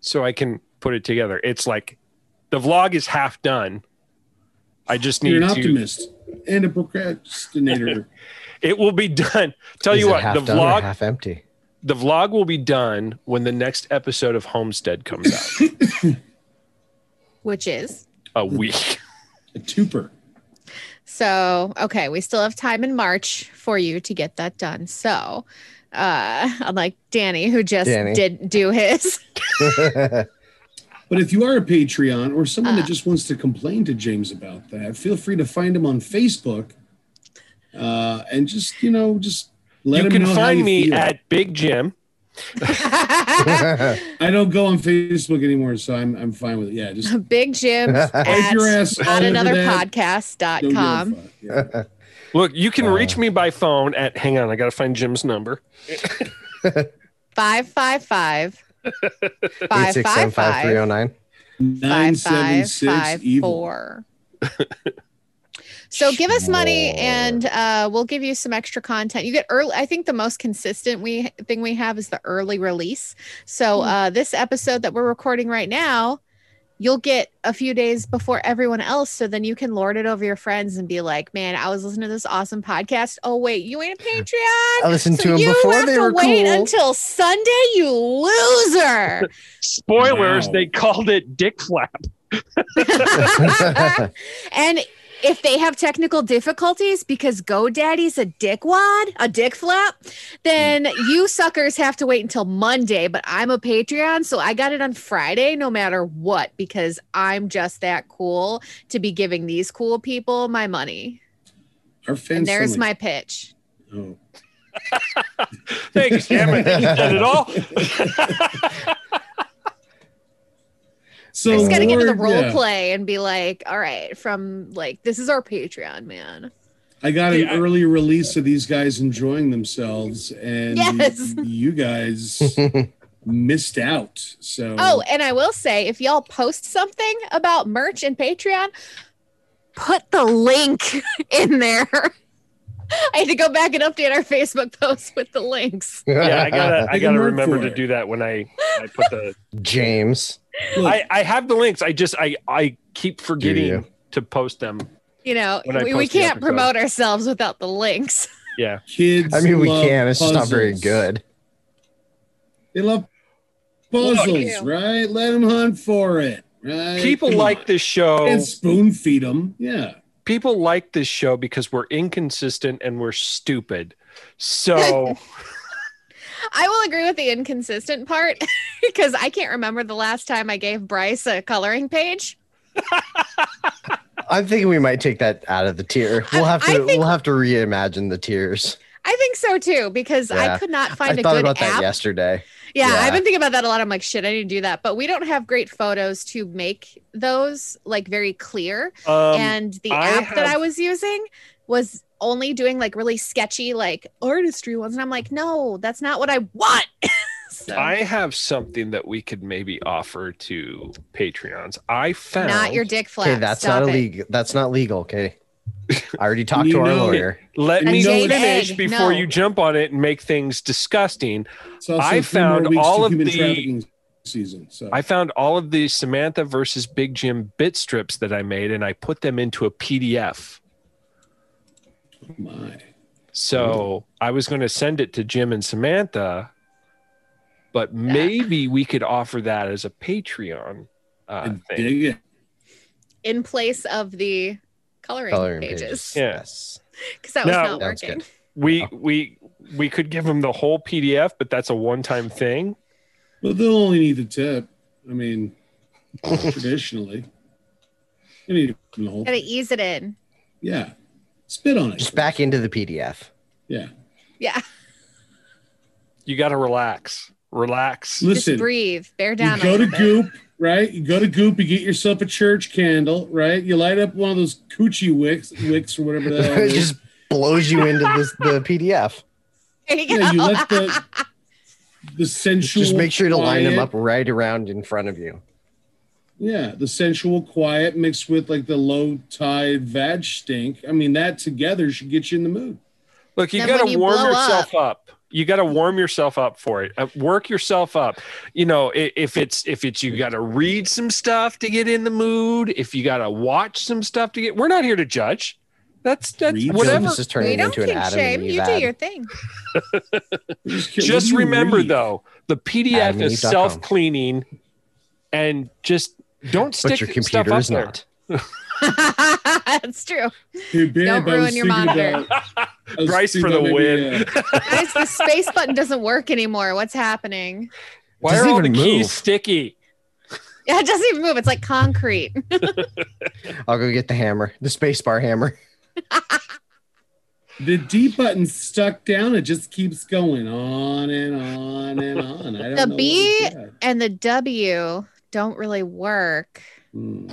[SPEAKER 14] so I can put it together. It's like the vlog is half done. I just need
[SPEAKER 12] you're an
[SPEAKER 14] to.
[SPEAKER 12] optimist and a procrastinator.
[SPEAKER 14] It will be done. Tell
[SPEAKER 13] Is
[SPEAKER 14] you
[SPEAKER 13] it
[SPEAKER 14] what,
[SPEAKER 13] half
[SPEAKER 14] the
[SPEAKER 13] done or
[SPEAKER 14] vlog
[SPEAKER 13] half empty.
[SPEAKER 14] the vlog will be done when the next episode of Homestead comes out.
[SPEAKER 15] which is
[SPEAKER 14] a week.
[SPEAKER 12] A twoper.
[SPEAKER 15] so okay. We still have time in March for you to get that done. So, uh, unlike Danny, who just
[SPEAKER 12] Danny.
[SPEAKER 15] did do his.
[SPEAKER 12] but if you are a Patreon or someone
[SPEAKER 15] Ah.
[SPEAKER 12] that just wants to complain to James about that, feel free to find him on Facebook, uh, and just you know, just let
[SPEAKER 14] you
[SPEAKER 12] him
[SPEAKER 14] can
[SPEAKER 12] know how
[SPEAKER 14] find
[SPEAKER 12] you
[SPEAKER 14] me
[SPEAKER 12] feel.
[SPEAKER 14] at Big Jim.
[SPEAKER 12] I don't go on Facebook anymore, so I'm I'm fine with it. Yeah, just
[SPEAKER 15] Big Jim
[SPEAKER 12] Wipe
[SPEAKER 15] at,
[SPEAKER 12] your ass
[SPEAKER 15] at
[SPEAKER 12] all over that.
[SPEAKER 15] anotherpodcast.com.
[SPEAKER 14] Look, you can
[SPEAKER 13] Oh.
[SPEAKER 14] reach me by phone at. Hang on, I gotta find Jim's number.
[SPEAKER 15] 555 555
[SPEAKER 13] 8675309.
[SPEAKER 15] 5554. So give us money and uh, we'll give you some extra content. You get early. I think the most consistent we thing we have is the early release. So
[SPEAKER 13] Hmm.
[SPEAKER 15] uh, this episode that we're recording right now, you'll get a few days before everyone else. So then you can lord it over your friends and be like, "Man, I was listening to this awesome podcast. Oh wait, you ain't a Patreon.
[SPEAKER 13] I listened
[SPEAKER 15] So
[SPEAKER 13] to 'em
[SPEAKER 15] you
[SPEAKER 13] before
[SPEAKER 15] have
[SPEAKER 13] they
[SPEAKER 15] to
[SPEAKER 13] were
[SPEAKER 15] wait
[SPEAKER 13] cool."
[SPEAKER 15] until Sunday, you loser."
[SPEAKER 14] Spoilers, they called it Dick Flap.
[SPEAKER 15] And if they have technical difficulties because GoDaddy's a dickwad, a dick flap, then
[SPEAKER 12] Hmm.
[SPEAKER 15] you suckers have to wait until Monday. But I'm a Patreon, so I got it on Friday no matter what because I'm just that cool to be giving these cool people my money.
[SPEAKER 12] Our fans
[SPEAKER 15] and there's
[SPEAKER 12] sound
[SPEAKER 15] my
[SPEAKER 12] like-
[SPEAKER 15] pitch.
[SPEAKER 12] Oh.
[SPEAKER 14] Thanks, Jim. I think you said it all.
[SPEAKER 12] So
[SPEAKER 15] I just got to get to the
[SPEAKER 12] Lord,
[SPEAKER 15] role
[SPEAKER 12] yeah.
[SPEAKER 15] play and be like, all right, from like, this is our Patreon, man.
[SPEAKER 12] I got an early release of these guys enjoying themselves, and
[SPEAKER 15] Yes.
[SPEAKER 12] you guys missed out. So
[SPEAKER 15] Oh, and I will say, if y'all post something about merch and Patreon, put the link in there. I had to go back and update our Facebook post with the links.
[SPEAKER 14] yeah, I gotta, I
[SPEAKER 13] Take a
[SPEAKER 14] gotta
[SPEAKER 13] word
[SPEAKER 14] remember
[SPEAKER 13] for
[SPEAKER 14] to
[SPEAKER 13] it.
[SPEAKER 14] do that when I, I put the.
[SPEAKER 13] James.
[SPEAKER 14] I, I have the links. I just, I, I keep forgetting to post them.
[SPEAKER 15] You know,
[SPEAKER 14] When I
[SPEAKER 15] we,
[SPEAKER 14] post
[SPEAKER 15] we
[SPEAKER 14] the
[SPEAKER 15] can't
[SPEAKER 14] episode.
[SPEAKER 15] promote ourselves without the links.
[SPEAKER 14] Yeah,
[SPEAKER 12] kids.
[SPEAKER 13] I mean, we
[SPEAKER 12] love
[SPEAKER 13] can. It's just not very
[SPEAKER 12] puzzles.
[SPEAKER 13] good.
[SPEAKER 12] They love puzzles,
[SPEAKER 15] Look.
[SPEAKER 12] right? Let them hunt for it, right?
[SPEAKER 14] People
[SPEAKER 12] Come
[SPEAKER 14] like
[SPEAKER 12] on.
[SPEAKER 14] this show.
[SPEAKER 12] and spoon feed them. Yeah,
[SPEAKER 14] People like this show because we're inconsistent and we're stupid. So
[SPEAKER 15] I will agree with the inconsistent part because I can't remember the last time I gave Bryce a coloring page.
[SPEAKER 13] I'm thinking we might take that out of the tier. We'll have to
[SPEAKER 15] I think-
[SPEAKER 13] we'll have to reimagine the tiers.
[SPEAKER 15] I think so too because I
[SPEAKER 13] Yeah.
[SPEAKER 15] could not find
[SPEAKER 13] I
[SPEAKER 15] a
[SPEAKER 13] thought
[SPEAKER 15] good
[SPEAKER 13] about
[SPEAKER 15] app
[SPEAKER 13] that yesterday.
[SPEAKER 15] Yeah,
[SPEAKER 13] Yeah.
[SPEAKER 15] I've been thinking about that a lot. I'm like, shit, I need to do that. But we don't have great photos to make those like very clear.
[SPEAKER 14] Um,
[SPEAKER 15] and the
[SPEAKER 14] I
[SPEAKER 15] app that
[SPEAKER 14] have-
[SPEAKER 15] I was using was only doing like really sketchy, like artistry ones. And I'm like, no, that's not what I want. So,
[SPEAKER 14] I have something that we could maybe offer to Patreons. I found
[SPEAKER 15] not your dick flap.
[SPEAKER 13] Okay, that's
[SPEAKER 15] Stop
[SPEAKER 13] not
[SPEAKER 15] it.
[SPEAKER 13] illegal. That's not legal. Okay, I already talked to our
[SPEAKER 12] know-
[SPEAKER 13] lawyer.
[SPEAKER 14] Let
[SPEAKER 15] A
[SPEAKER 14] me
[SPEAKER 15] jade
[SPEAKER 14] finish
[SPEAKER 15] egg,
[SPEAKER 14] before
[SPEAKER 15] no.
[SPEAKER 14] you jump on it and make things disgusting.
[SPEAKER 12] it's also
[SPEAKER 14] I
[SPEAKER 12] a few more
[SPEAKER 14] found
[SPEAKER 12] weeks
[SPEAKER 14] all
[SPEAKER 12] to
[SPEAKER 14] of
[SPEAKER 12] human
[SPEAKER 14] the-
[SPEAKER 12] trafficking season. So
[SPEAKER 14] I found all of the Samantha versus Big Jim bit strips that I made and I put them into a PDF.
[SPEAKER 12] my.
[SPEAKER 14] So I was going to send it to Jim and Samantha, but maybe we could offer that as a Patreon uh,
[SPEAKER 12] I
[SPEAKER 14] thing.
[SPEAKER 12] dig it.
[SPEAKER 15] in place of the coloring,
[SPEAKER 13] Coloring
[SPEAKER 15] pages.
[SPEAKER 13] pages.
[SPEAKER 14] Yes.
[SPEAKER 15] Because that was
[SPEAKER 14] No.
[SPEAKER 15] not
[SPEAKER 14] Sounds
[SPEAKER 15] working.
[SPEAKER 14] We we we could give them the whole PDF, but that's a one-time thing.
[SPEAKER 12] But they'll only need the tip. I mean, traditionally, they need the whole.
[SPEAKER 15] Gotta ease it in.
[SPEAKER 12] Yeah, spit on it.
[SPEAKER 13] Just back into the PDF.
[SPEAKER 12] Yeah.
[SPEAKER 15] Yeah.
[SPEAKER 14] You got to relax. Relax.
[SPEAKER 15] Just breathe. Bear down.
[SPEAKER 12] You
[SPEAKER 15] a
[SPEAKER 12] go to
[SPEAKER 15] little bit.
[SPEAKER 12] Goop, right? You go to Goop. You get yourself a church candle, right? You light up one of those coochie wicks, wicks or whatever the hell
[SPEAKER 13] it
[SPEAKER 12] it is.
[SPEAKER 13] just blows you into this, the PDF.
[SPEAKER 15] There you go.
[SPEAKER 12] Yeah, you let the the sensual.
[SPEAKER 13] Just make sure to line them
[SPEAKER 12] quiet-
[SPEAKER 13] up right around in front of you.
[SPEAKER 12] Yeah, the sensual quiet mixed with like the low tide vag stink. I mean, that together should get you in the mood.
[SPEAKER 14] Look, you
[SPEAKER 15] Then
[SPEAKER 14] got
[SPEAKER 15] when
[SPEAKER 14] to
[SPEAKER 15] you
[SPEAKER 14] warm
[SPEAKER 15] blow
[SPEAKER 14] yourself up. You got to warm yourself up for it. Uh, work yourself up. You know, i- if it's if it's you got to read some stuff to get in the mood. If you got to watch some stuff to get. We're not here to judge. That's that's
[SPEAKER 13] Read some.
[SPEAKER 14] whatever.
[SPEAKER 13] This is turning
[SPEAKER 15] we don't
[SPEAKER 13] into an
[SPEAKER 15] kink
[SPEAKER 13] Adam
[SPEAKER 15] shame.
[SPEAKER 13] and
[SPEAKER 15] You
[SPEAKER 13] Eve
[SPEAKER 15] do
[SPEAKER 13] ad.
[SPEAKER 15] your thing.
[SPEAKER 14] Just remember though, the PDF is
[SPEAKER 13] AdamandEve.com.
[SPEAKER 14] self cleaning, and just don't stick
[SPEAKER 13] but your
[SPEAKER 14] stuff
[SPEAKER 13] computer
[SPEAKER 14] up
[SPEAKER 13] is
[SPEAKER 14] there.
[SPEAKER 13] not.
[SPEAKER 15] That's true.
[SPEAKER 12] Hey, babe,
[SPEAKER 15] Don't
[SPEAKER 12] I was
[SPEAKER 15] ruin your
[SPEAKER 12] thinking
[SPEAKER 15] monitor.
[SPEAKER 12] about- I was
[SPEAKER 14] Bryce
[SPEAKER 12] thinking
[SPEAKER 14] for the
[SPEAKER 12] about Oh, maybe,
[SPEAKER 14] win.
[SPEAKER 12] uh,
[SPEAKER 15] Guys, the space button doesn't work anymore. What's happening?
[SPEAKER 14] Why
[SPEAKER 13] Doesn't
[SPEAKER 14] are all the
[SPEAKER 13] even move.
[SPEAKER 14] keys sticky?
[SPEAKER 15] Yeah, it doesn't even move. It's like concrete.
[SPEAKER 13] I'll go get the hammer, the spacebar hammer.
[SPEAKER 12] the D button's stuck down. It just keeps going on and on and on. I don't know
[SPEAKER 15] The
[SPEAKER 12] what
[SPEAKER 15] B-
[SPEAKER 12] it's at.
[SPEAKER 15] and the W don't really work.
[SPEAKER 12] Hmm.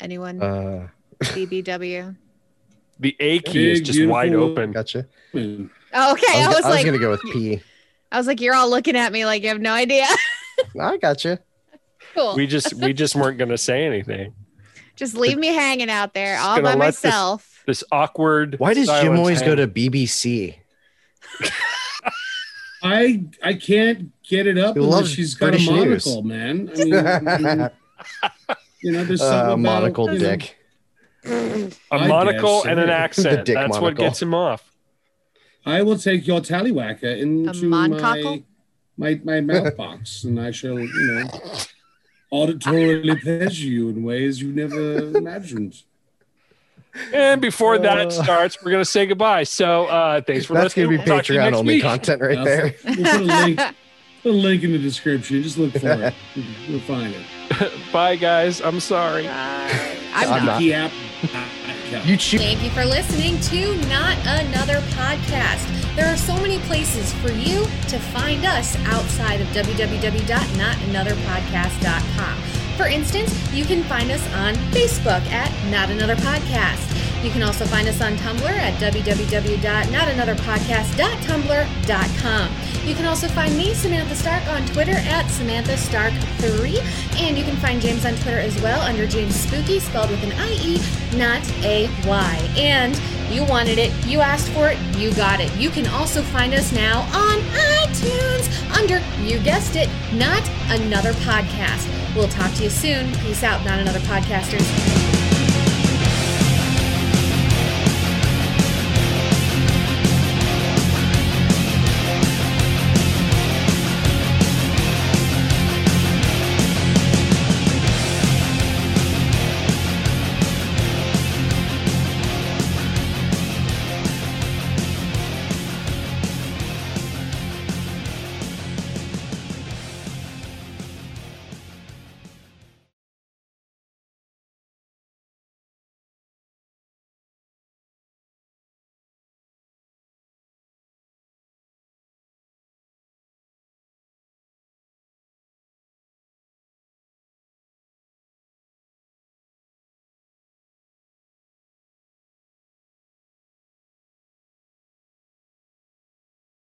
[SPEAKER 15] Anyone?
[SPEAKER 13] Uh,
[SPEAKER 15] BBW.
[SPEAKER 14] The A key is
[SPEAKER 12] Big,
[SPEAKER 14] just wide
[SPEAKER 12] beautiful-
[SPEAKER 14] open.
[SPEAKER 13] gotcha.
[SPEAKER 12] Hmm.
[SPEAKER 15] Oh, okay, I was,
[SPEAKER 13] I was, I was
[SPEAKER 15] like,
[SPEAKER 13] gonna go with P.
[SPEAKER 15] I was like, you're all looking at me like you have no idea.
[SPEAKER 13] I gotcha.
[SPEAKER 15] cool.
[SPEAKER 14] We just we just weren't going to say anything.
[SPEAKER 15] just leave me hanging out there
[SPEAKER 14] Just
[SPEAKER 15] all
[SPEAKER 14] gonna
[SPEAKER 15] by
[SPEAKER 14] let this-
[SPEAKER 15] myself.
[SPEAKER 14] this awkward.
[SPEAKER 13] Why does Jim
[SPEAKER 14] silence
[SPEAKER 13] always
[SPEAKER 14] hang.
[SPEAKER 13] go to BBC?
[SPEAKER 12] I I can't get it up
[SPEAKER 13] He
[SPEAKER 12] unless
[SPEAKER 13] loves
[SPEAKER 12] she's got
[SPEAKER 13] British
[SPEAKER 12] a
[SPEAKER 13] news.
[SPEAKER 12] monocle, man. I mean,
[SPEAKER 13] uh,
[SPEAKER 12] you know, there's something about,
[SPEAKER 13] monocle
[SPEAKER 12] you know,
[SPEAKER 13] dick.
[SPEAKER 14] a
[SPEAKER 12] I
[SPEAKER 14] monocle
[SPEAKER 12] guess,
[SPEAKER 14] and an
[SPEAKER 12] yeah.
[SPEAKER 13] The
[SPEAKER 14] accent?
[SPEAKER 13] dick
[SPEAKER 14] That's what
[SPEAKER 13] monocle.
[SPEAKER 14] gets him off.
[SPEAKER 12] I will take your tallywhacker into my,
[SPEAKER 15] moncockle?
[SPEAKER 12] my my mouth box, and I shall, you know, auditorily pleasure you in ways you never imagined.
[SPEAKER 14] And before
[SPEAKER 13] Uh.
[SPEAKER 14] that starts, we're gonna say goodbye. So uh thanks for
[SPEAKER 13] That's gonna
[SPEAKER 14] listening.
[SPEAKER 13] be
[SPEAKER 14] We'll talk to you
[SPEAKER 13] Patreon
[SPEAKER 14] next
[SPEAKER 13] only
[SPEAKER 14] week.
[SPEAKER 13] content right
[SPEAKER 12] I'll-
[SPEAKER 13] there.
[SPEAKER 12] We'll put a link, put a link in the description. Just look for it. You'll find it.
[SPEAKER 14] Bye guys. I'm sorry.
[SPEAKER 15] I'm,
[SPEAKER 13] I'm
[SPEAKER 15] not.
[SPEAKER 13] not.
[SPEAKER 12] Yep.
[SPEAKER 13] You choose.
[SPEAKER 18] Thank you for listening to Not Another Podcast. There are so many places for you to find us outside of www.notanotherpodcast.com. For instance, you can find us on Facebook at Not Another Podcast. You can also find us on Tumblr at www.notanotherpodcast.tumblr.com. You can also find me, Samantha Stark, on Twitter at Samantha Stark3. And you can find James on Twitter as well under James Spooky, spelled with an I-E, not a Y. And you wanted it, you asked for it, you got it. You can also find us now on iTunes under, you guessed it, Not Another Podcast. We'll talk to you soon. Peace out, Not Another Podcasters.